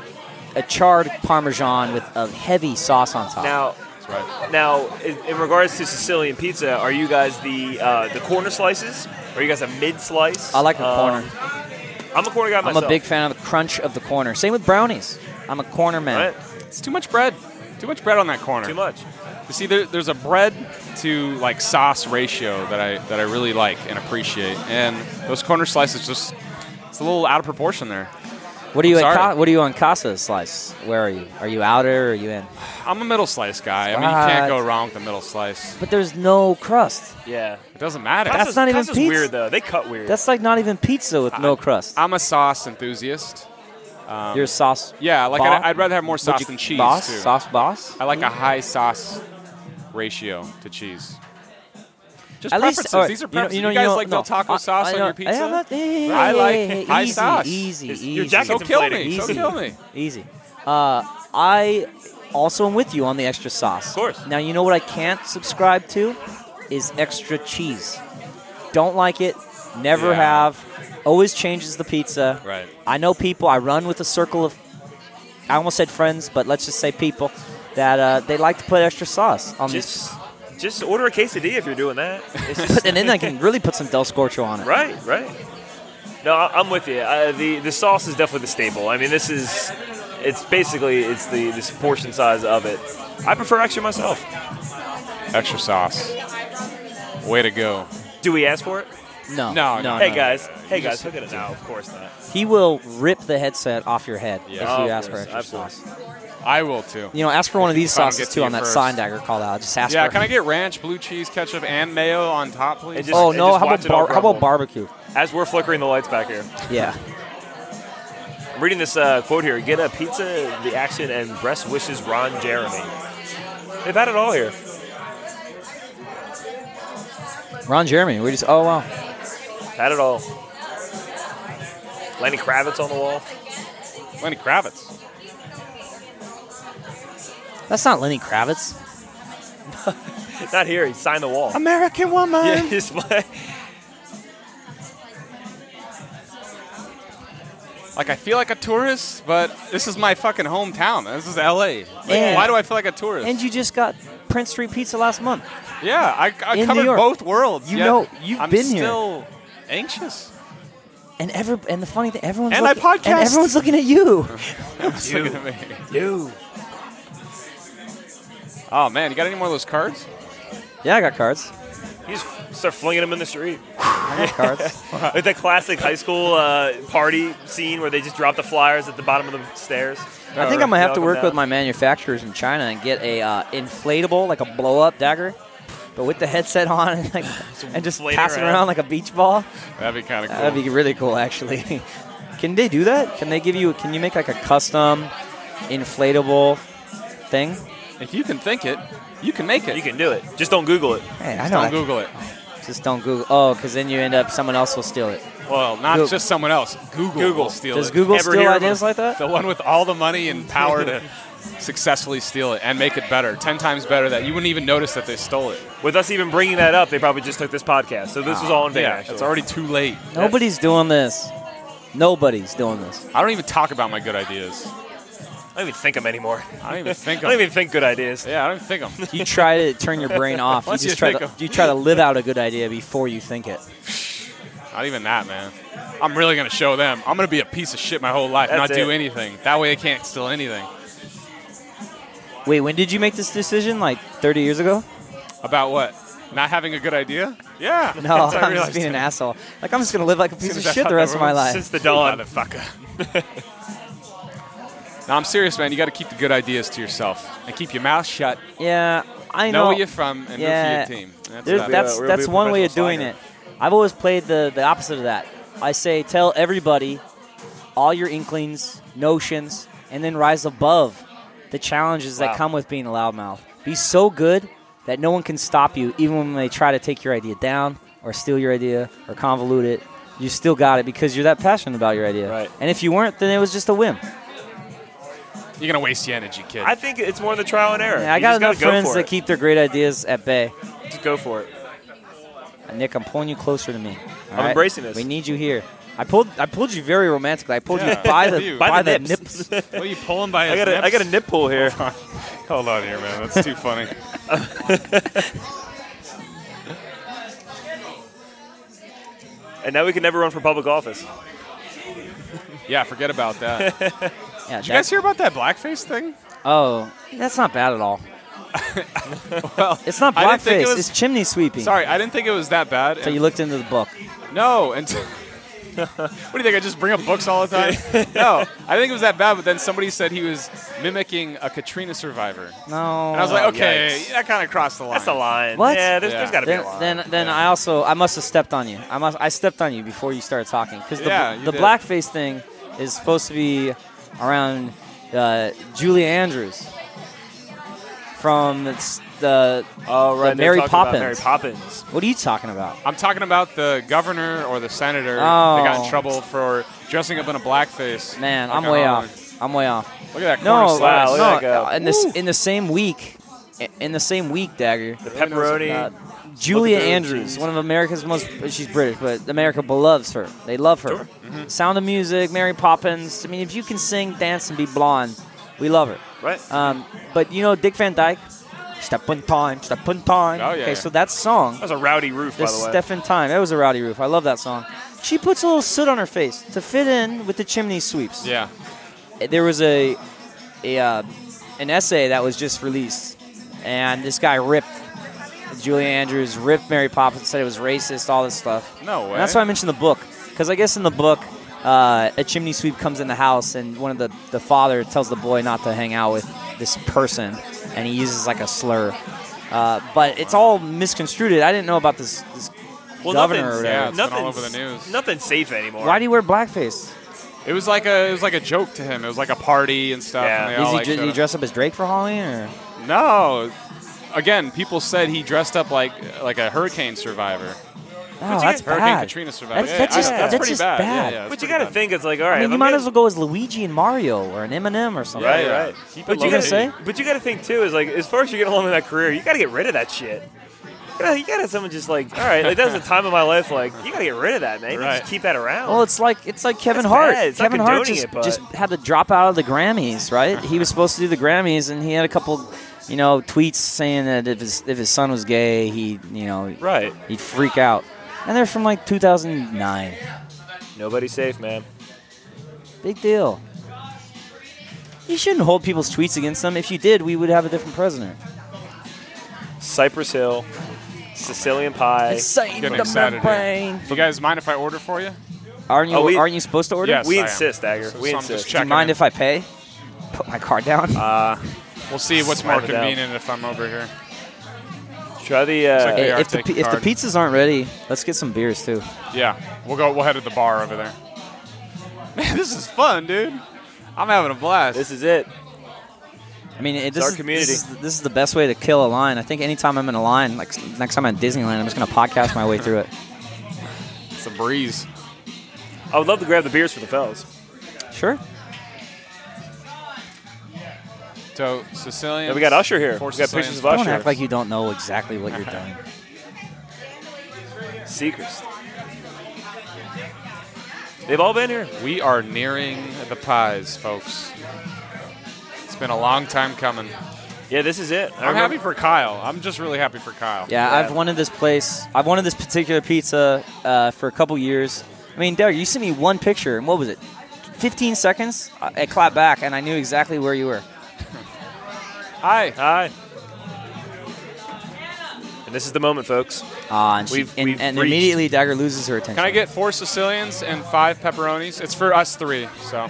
S1: a charred parmesan with a heavy sauce on top.
S2: Now,
S3: That's right.
S2: now, in, in regards to Sicilian pizza, are you guys the uh, the corner slices? Are you guys a mid slice? Um,
S1: I like a
S3: uh,
S1: corner.
S2: I'm a corner guy
S1: I'm
S2: myself.
S1: a big fan of the crunch of the corner. Same with brownies. I'm a corner man.
S2: Right?
S3: It's too much bread. Too much bread on that corner.
S2: Too much.
S3: You see, there, there's a bread to like sauce ratio that I that I really like and appreciate, and those corner slices just it's a little out of proportion there.
S1: What are you
S3: I'm
S1: at?
S3: sorry.
S1: Ca- what are you on Casa Slice? Where are you? Are you outer? Or are you in?
S3: I'm a middle slice guy. I mean, you can't
S1: What?
S3: go wrong with the middle slice.
S1: But there's no crust.
S2: Yeah.
S3: It doesn't matter.
S1: That's- not even
S2: Casa's
S1: pizza.
S2: weird though. They cut weird.
S1: That's like not even pizza with no crust.
S3: I'm a sauce enthusiast.
S1: You're a sauce.
S3: um, Yeah, like
S1: boss?
S3: I'd, I'd rather have more
S1: Would
S3: sauce
S1: you-
S3: than cheese
S1: Boss,
S3: too.
S1: sauce boss.
S3: I like a high sauce ratio to cheese. Just
S1: At
S3: preferences.
S1: least all right,
S3: These are
S1: you know-
S3: preferences. You,
S1: know-
S3: guys
S1: know-
S3: like
S1: no,
S3: Del Taco
S1: I-
S3: sauce
S1: I
S3: on
S1: know-
S3: your pizza?
S1: yeah, not- hey, hey,
S3: I
S1: hey,
S3: like
S1: hey, hey,
S3: high
S1: easy,
S3: sauce.
S1: Easy,
S2: It's-
S1: easy.
S2: your jacket's
S3: So kill me.
S2: inflating.
S3: So
S1: Easy.
S3: kill me.
S1: Easy. Uh, I also am with you on the extra sauce. Of
S2: course.
S1: Now you know what I can't subscribe to is extra cheese. Don't like it. Never
S3: Yeah.
S1: have. Always changes the pizza.
S3: Right.
S1: I know people. I run with a circle of. I almost said friends, but let's just say people that uh, they like to put extra sauce on these.
S2: just just order a quesadilla if you're
S1: (laughs)
S2: doing that. It's just-
S1: Put- and then I can really put some Del Scorcho on it.
S2: Right, right. No, I- I'm with you. Uh, the the sauce is definitely the staple. I mean, this is it's basically it's the this portion size of it. I prefer extra myself.
S3: Extra sauce. Way to go.
S2: Do we ask for it?
S1: No,
S3: No, no.
S1: no.
S2: hey
S1: no.
S2: guys, hey guys, hook it up. No, of course not.
S1: He will rip the headset off your head
S3: Yeah.
S1: if
S2: Oh,
S1: you
S2: of
S1: ask for
S2: course,
S1: extra
S2: absolutely.
S1: sauce.
S3: I will too.
S1: You know, ask for one of these
S3: I'll
S1: sauces
S3: get
S1: too
S3: to
S1: on
S3: you
S1: that
S3: first.
S1: sign dagger call out. Just ask
S3: Yeah,
S1: for
S3: can I get ranch, blue cheese, ketchup, and mayo on top,
S2: And
S3: please?
S2: just-
S1: Oh
S2: and
S1: no,
S2: just
S1: how about,
S2: watch it all
S1: bar- how about
S2: crumble.
S1: barbecue?
S2: As we're flickering the lights back here,
S1: Yeah.
S2: I'm reading this uh, quote here: "Get a pizza, the action, and breast wishes." Ron Jeremy. They've had it all here.
S1: Ron Jeremy, we just oh wow.
S2: Had it all. Lenny Kravitz on the wall.
S3: Lenny Kravitz.
S1: That's not Lenny Kravitz.
S2: Not here. He signed the wall.
S3: American woman. (laughs)
S2: Yeah, (laughs) he's like-
S3: Like I feel like a tourist, but this is my fucking hometown. This is LA. Like,
S1: And-
S3: why do I feel like a tourist?
S1: And you just got Prince Street Pizza last month.
S3: yeah, I, I
S1: in
S3: cover
S1: New York.
S3: both worlds.
S1: You
S3: yet
S1: know, you've
S3: I'm
S1: been here.
S3: still
S1: (laughs)
S3: anxious.
S1: And every and the funny thing everyone's
S3: And I
S1: looking,
S3: podcast.
S1: And everyone's looking at
S3: (laughs)
S1: you.
S3: Just looking at me.
S2: Dude.
S3: Oh man, you got any more of those cards?
S1: yeah, I got cards.
S2: You just start flinging them in the street.
S1: I got
S3: (laughs)
S1: cards.
S2: Like the classic high school uh, party scene where they just drop the flyers at the bottom of the stairs.
S1: I think I'm gonna have to work with my manufacturers in China and get a uh, inflatable, like a blow up dagger, but with the headset on and,
S3: (laughs)
S1: like, and just
S2: flailing
S1: passing
S2: around.
S1: around like a beach ball.
S3: That'd be kind of cool.
S1: That'd be really cool, actually. (laughs) can they do that? Can they give you? Can you make like a custom inflatable thing?
S3: if you can think it, you can make it.
S2: You can do it. Just don't Google it.
S1: Hey, I
S3: Don't
S1: know.
S3: Google it.
S1: Just don't Google. Oh, because then you end up someone else will steal it.
S3: Well, not
S1: Google.
S3: just someone else. Google,
S2: Google.
S3: will steal
S1: Does
S3: it.
S1: Google
S2: Ever
S1: steal
S2: hear of
S1: ideas
S2: a-
S1: like that?
S3: The one with all the money and power
S1: (laughs)
S3: to successfully steal it and make it better, ten times better. That you wouldn't even notice that they stole it.
S2: With us even bringing that up, they probably just took this podcast. So this
S1: Ah,
S2: was all in vain.
S3: yeah,
S2: actually.
S3: it's already too late.
S1: Nobody's doing this. Nobody's doing this.
S3: I don't even talk about my good ideas.
S2: I don't even think them anymore.
S3: I don't even think
S2: (laughs) I
S3: of.
S2: don't even think good ideas.
S3: yeah, I don't even think of 'em.
S1: You try to turn your brain off. You
S3: Once
S1: just
S3: you
S1: try
S3: think
S1: to
S3: of-
S1: you try to live out a good idea before you think it.
S3: Not even that, man. I'm really gonna show them. I'm gonna be a piece of shit my whole life,
S2: That's
S3: not do
S2: it.
S3: anything. That way, they can't steal anything.
S1: Wait, when did you make this decision? Like 30 years ago?
S3: About what? Not having a good idea? Yeah.
S1: No,
S3: That's what I
S1: I'm just
S3: realized.
S1: being an asshole. Like I'm just gonna live like a piece of
S3: as I
S1: shit
S3: thought
S1: the
S3: that
S1: rest of my
S3: rule-
S1: life.
S2: Since the dawn.
S3: Motherfucker. no, I'm serious, man. You got to keep the good ideas to yourself and keep your mouth shut.
S1: Yeah, I
S3: Know
S1: know.
S3: where you're from and root
S1: Yeah.
S3: for your team. That's
S1: There's-
S3: what I-
S1: that's
S2: we'll be
S1: that's
S2: a
S1: one way of
S2: professional
S1: doing
S2: slagger.
S1: it. I've always played the the opposite of that. I say tell everybody all your inklings, notions, and then rise above the challenges
S2: Wow.
S1: that come with being a loudmouth. Be so good that no one can stop you, even when they try to take your idea down or steal your idea or convolute it. You still got it because you're that passionate about your idea.
S2: Right.
S1: And if you weren't, then it was just a whim.
S3: You're gonna waste your energy, kid.
S2: I think it's more the trial and error.
S1: Yeah, I
S2: You
S1: got
S2: just gotta
S1: enough friends
S2: go for
S1: that
S2: it.
S1: keep their great ideas at bay.
S2: Just go for it.
S1: Uh, Nick, I'm pulling you closer to me. All
S2: I'm embracing this.
S1: We need you here. I pulled I pulled you very romantically. I pulled
S3: Yeah.
S1: you by the
S3: You.
S1: by,
S2: By the
S1: the
S3: (laughs)
S2: nips.
S1: nips.
S3: what are you pulling by?
S2: I got a, I got a nip pull here.
S3: Hold on here, man. That's (laughs) too funny.
S2: And now we can never run for public office.
S1: Oh,
S3: Yeah, forget about that. Did
S1: yeah,
S3: you guys hear about that blackface thing?
S1: Oh, that's not bad at all.
S3: Well,
S1: It's not
S3: I didn't
S1: blackface.
S3: think it was-
S1: it's chimney sweeping.
S3: Sorry, I didn't think it was that bad.
S1: So you looked into the book.
S3: No, and (laughs) what do you think? I just bring up books all the time. no, I think it was that bad. But then somebody said he was mimicking a Katrina survivor,
S1: No.
S3: and I was like,
S2: Oh,
S3: okay,
S2: yikes.
S3: that kind of crossed the line.
S2: That's a line.
S1: What?
S2: Yeah, there's,
S3: Yeah.
S2: there's got to be
S1: then,
S2: a line.
S1: then, then I also I must have stepped on you. I must I stepped on you before you started talking because the,
S3: Yeah, you
S1: the
S3: did.
S1: blackface thing is supposed to be around uh, Julia Andrews from the, s- the
S2: oh, right.
S1: the
S2: they're
S1: Mary
S2: talking about
S1: Poppins.
S2: Mary Poppins.
S1: what are you talking about?
S3: I'm talking about the governor or the senator that got in
S1: Oh.
S3: trouble for dressing up in a blackface.
S1: Man,
S3: Like,
S1: I'm way
S3: oh,
S1: off. I'm way off.
S3: Look at that corner
S1: No,
S3: slice.
S2: Wow, look at
S1: no.
S2: that go.
S1: In this in the same week, in the same week, Dagger.
S2: The pepperoni.
S1: Uh, Julia
S2: Look at those
S1: Andrews,
S2: cheese.
S1: one of America's most. She's British, but America loves her. They love her.
S2: Mm-hmm.
S1: Sound of Music, Mary Poppins. I mean, if you can sing, dance, and be blonde, we love her.
S2: right?
S1: Um, but you know, Dick Van Dyke, Step in Time, Step in Time.
S3: Oh, yeah,
S1: okay,
S3: yeah.
S1: so that song
S2: That was a rowdy roof, by
S1: this
S2: the way.
S1: Steph in Time. That was a rowdy roof. I love that song. She puts a little soot on her face to fit in with the chimney sweeps.
S3: Yeah,
S1: There was a, a uh, an essay that was just released, and this guy ripped Julia Andrews, ripped Mary Poppins, said it was racist, all this stuff.
S3: no way.
S1: And that's why I mentioned the book, because I guess in the book, uh, a chimney sweep comes in the house, and one of the the father tells the boy not to hang out with this person, and he uses like a slur. Uh, but it's all misconstrued. I didn't know about this, this
S2: well,
S1: governor
S2: nothing's-
S1: or
S3: yeah,
S1: whatever.
S3: it's been all
S2: nothing's-
S3: over the news.
S2: Nothing's safe anymore.
S1: Why do you wear blackface?
S3: It was like a it was like a joke to him. It was like a party and stuff.
S2: Yeah.
S3: And they
S2: Is
S3: all,
S1: Is he,
S3: like,
S1: ju-
S3: showed
S1: he
S3: up.
S1: dress up as Drake for Halloween? Or?
S3: No. Again, people said he dressed up like like a hurricane survivor.
S1: Oh,
S2: you
S1: that's
S2: get
S1: bad.
S3: Hurricane Katrina survivor.
S1: That's,
S3: Yeah,
S1: that's
S3: I
S1: just,
S3: know.
S1: that's
S3: pretty
S1: just
S3: bad.
S1: bad.
S3: Yeah, yeah, that's
S2: But you
S3: pretty
S2: got to
S3: bad.
S2: think it's like all right.
S1: I mean,
S2: if
S1: you
S2: I'm
S1: might
S2: gonna-
S1: as well go as Luigi and Mario or an Eminem or something.
S2: Right,
S3: Yeah.
S2: right.
S3: Keep it
S2: but
S3: low
S2: you gotta
S1: key. say?
S2: But you gotta think too is like as far as you're getting along in that career, you gotta get rid of that shit. You gotta, you gotta have someone just like, all right, like that was a time of my life. Like you gotta get rid of that, man. You can't
S3: Right.
S2: Just keep that around.
S1: Well, it's like it's like Kevin
S2: That's
S1: Hart.
S2: bad. It's not
S1: Kevin Hart
S2: condoning
S1: just,
S2: it, but-
S1: just had to drop out of the Grammys, right? He was supposed to do the Grammys, and he had a couple, you know, tweets saying that if his if his son was gay, he you know
S2: right.
S1: he'd freak out. And they're from like 2009.
S2: Nobody's safe, man.
S1: Big deal. You shouldn't hold people's tweets against them. If you did, we would have a different president.
S2: Cypress Hill, Sicilian pie.
S1: Insane
S3: Getting
S1: the
S3: excited
S1: membrane.
S3: here. You guys mind if I order for you?
S1: Aren't you?
S2: Oh, we-
S1: aren't you supposed to order?
S3: Yes.
S2: we
S3: I am.
S2: insist, Dagger.
S3: So-
S2: we
S3: so I'm
S2: insist.
S3: just
S1: Do you
S3: checking
S1: mind
S3: in.
S1: if I pay? Put my card down.
S2: uh,
S3: We'll see what's
S2: Slide
S3: more
S2: it out.
S3: convenient if I'm over here.
S2: try the. Uh,
S3: Second.
S1: Hey,
S3: they are
S1: if the
S3: taking
S1: pi- if the
S3: card.
S1: pizzas aren't ready, let's get some beers too.
S3: Yeah, we'll go. We'll head to the bar over there. (laughs) Man, this is fun, dude. I'm having a blast.
S2: this is it.
S1: I mean, it, this,
S2: our
S1: is,
S2: community.
S1: This, is, this is the best way to kill a line. I think anytime I'm in a line, like s- next time I'm at Disneyland, I'm just gonna podcast my way through it.
S3: it's a breeze.
S2: I would love to grab the beers for the fellas.
S1: Sure.
S3: So Sicilian.
S2: Yeah, we got Usher here.
S3: Four
S2: We got pictures of
S3: Sicilians.
S1: Don't
S2: Usher.
S1: act like you don't know exactly what you're
S2: (laughs)
S1: doing.
S2: Seekers. They've all been here.
S3: We are nearing the pies, folks. It's been a long time coming.
S2: Yeah, this is it. I
S3: I'm
S2: remember-
S3: happy for Kyle. I'm just really happy for Kyle.
S1: Yeah,
S2: Yeah.
S1: I've wanted this place. I've wanted this particular pizza uh, for a couple years. I mean, Derek, you sent me one picture, and what was it? 15 seconds. I, I clapped back, and I knew exactly where you were.
S3: Hi.
S2: Hi. And this is the moment, folks.
S1: Ah, and, she,
S2: We've-
S1: and,
S2: we've
S1: and
S2: reached.
S1: immediately Dagger loses her attention.
S3: Can I get four Sicilians and five pepperonis? It's for us three. So.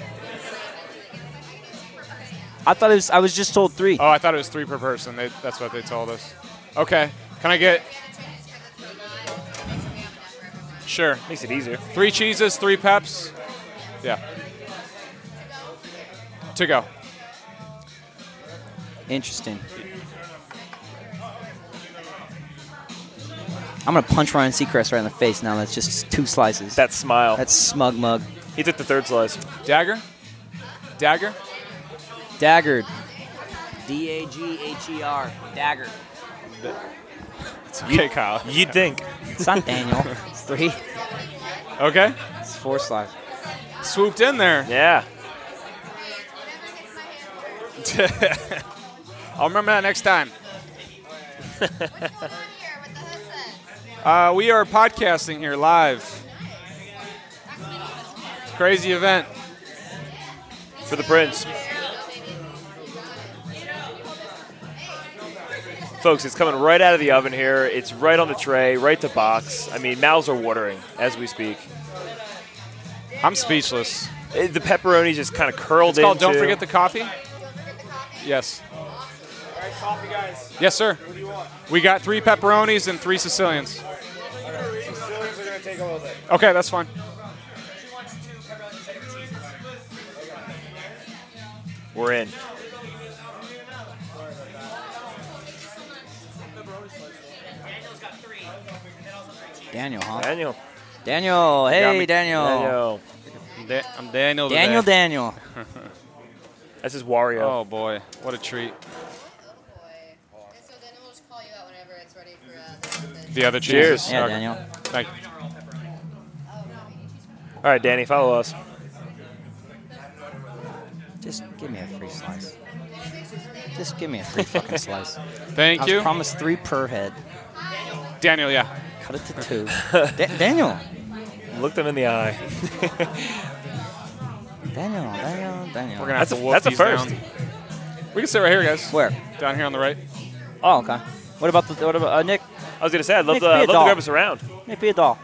S1: I thought it was. I was just told three.
S3: Oh, I thought it was three per person. They, that's what they told us. Okay. Can I get? Sure.
S2: Makes it easier.
S3: Three cheeses, three peps. Yeah. To go.
S1: Interesting. I'm gonna punch Ryan Seacrest right in the face now. That's just two slices.
S2: That smile.
S1: That's smug mug.
S2: he took the third slice.
S3: Dagger. Dagger.
S1: Daggered. D A G H E R. Dagger.
S3: It's okay, Kyle.
S2: You'd think.
S1: It's not Daniel. it's three.
S3: Okay.
S1: It's four slices.
S3: Swooped in
S2: (laughs)
S3: there.
S2: Yeah.
S3: I'll remember that next time.
S4: Come on here with the headsets.
S3: Uh, we are podcasting here live. It's a crazy event.
S2: For the prince. Folks, it's coming right out of the oven here. It's right on the tray, right to box. I mean, mouths are watering as we speak.
S3: I'm speechless.
S2: Eh, The pepperoni just kind of curled
S3: It's called
S2: into.
S3: Don't Forget the Coffee? Yes. Yes, sir. We got three pepperonis and three Sicilians. Okay, that's fine.
S2: We're in.
S1: Daniel, huh?
S2: Daniel.
S1: Daniel.
S2: Got
S1: Hey,
S2: me-
S1: Daniel.
S2: Daniel.
S3: I'm, da- I'm Daniel. today.
S1: Daniel. Daniel.
S2: This is Wario.
S3: Oh boy, what a treat!
S4: Oh, Boy. And so then we'll just call you out whenever it's ready for uh, the message.
S3: The other
S2: Cheers.
S3: cheeses.
S1: Yeah,
S3: Okay.
S1: Daniel.
S3: Thank you.
S2: All right, Danny, follow us.
S1: Just give me a free slice. Just give me a free fucking slice. I
S3: Thank
S1: was
S3: you,
S1: promised three per head.
S3: Daniel. Yeah,
S1: Cut it to two. Da- Daniel.
S2: Look them in the eye.
S1: Daniel. Daniel. Daniel.
S3: we're gonna have
S2: That's
S3: to
S2: a-
S3: wolf
S2: that's a
S3: these
S2: first.
S3: down. We can sit right here, guys.
S1: Where?
S3: Down here on the right.
S1: Oh, okay. What about the what about uh, Nick? oh.
S2: I was gonna say I'd love
S1: Nick,
S2: to,
S1: be a
S2: I'd love to
S1: dog.
S2: grab us around.
S1: Nick, be a doll.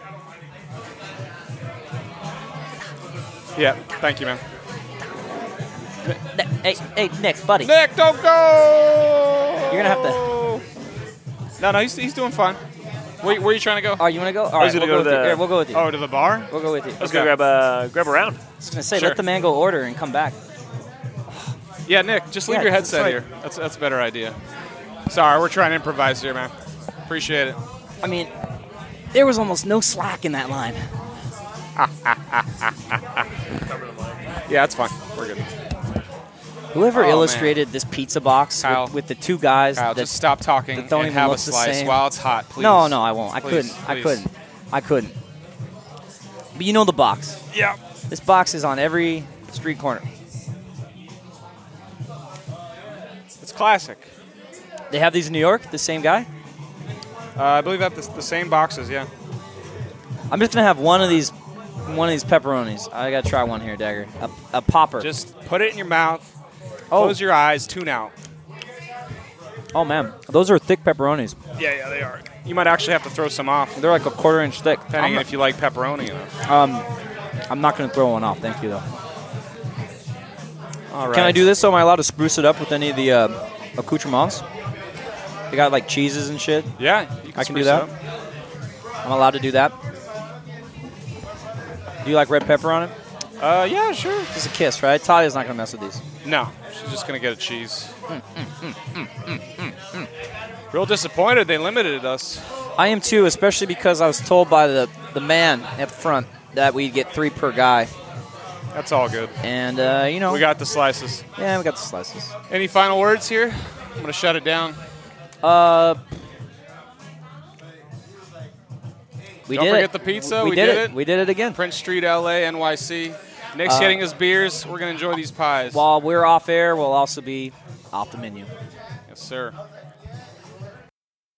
S3: Yeah. Thank you, man.
S1: Nick, hey, hey, Nick, buddy.
S3: Nick, don't go.
S1: You're gonna have
S3: to. No, no, he's, he's doing fine. Where, where are you trying to go?
S1: Oh, you want to go? All right,
S2: was
S1: we'll
S2: gonna
S1: go,
S2: go
S1: with
S2: to
S1: you.
S2: the-
S1: Here, we'll go with you.
S3: Oh, to the bar.
S1: We'll go with you. I
S2: Let's
S1: was
S2: go
S3: Okay.
S2: grab a grab around.
S1: gonna say,
S3: Sure.
S1: let the man go order and come back.
S3: Yeah, Nick, just leave
S1: Yeah,
S3: your
S1: that's
S3: headset
S1: right.
S3: here. That's that's a better idea. Sorry, we're trying to improvise here, man. Appreciate it.
S1: I mean, there was almost no slack in that line.
S3: Yeah, it's fine. We're good.
S1: Whoever
S3: Oh,
S1: illustrated this pizza box
S3: Kyle.
S1: with, with the two guys
S3: Kyle,
S1: that
S3: just stop talking
S1: that don't
S3: and
S1: even
S3: have a
S1: look the
S3: slice
S1: same.
S3: while it's hot, please.
S1: No, no, I won't. I
S3: Please,
S1: couldn't. I
S3: please.
S1: couldn't. I couldn't. But you know the box.
S3: Yeah.
S1: This box is on every street corner.
S3: It's classic.
S1: They have these in New York. The same guy.
S3: Uh, I believe that the, the same boxes, yeah.
S1: I'm just gonna have one of these, one of these pepperonis. I gotta try one here, Dagger. A, a popper.
S3: Just put it in your mouth,
S1: oh,
S3: close your eyes, tune out.
S1: oh man, those are thick pepperonis.
S3: Yeah, yeah, they are. you might actually have to throw some off,
S1: They're like a quarter inch thick. I'm
S3: depending
S1: not,
S3: if you like pepperoni enough.
S1: I'm not going to throw one off. Thank you, though.
S3: All right.
S1: Can I do this? So am I allowed to spruce it up with any of the uh, accoutrements? They got like cheeses and shit.
S3: Yeah, you can
S1: I can do
S3: spruce it
S1: that.
S3: up.
S1: I'm allowed to do that. Do you like red pepper on it?
S3: Uh, yeah, sure.
S1: Just a kiss, right? Talia's not gonna mess with these.
S3: No, she's just gonna get a cheese.
S1: Mm,
S3: Real disappointed they limited us.
S1: I am too, especially because I was told by the the man up front that we'd get three per guy,
S3: That's all good.
S1: and uh, you know,
S3: We got the slices.
S1: yeah, we got the slices.
S3: Any final words here? I'm gonna shut it down.
S1: Uh, we
S3: Don't
S1: did
S3: forget
S1: it.
S3: the pizza.
S1: We,
S3: We
S1: did
S3: did
S1: it.
S3: it.
S1: We did it again.
S3: Prince Street, LA, NYC. Nick's
S1: Uh,
S3: getting his beers. We're gonna enjoy these pies.
S1: While we're off air, we'll also be off the menu.
S3: yes, sir.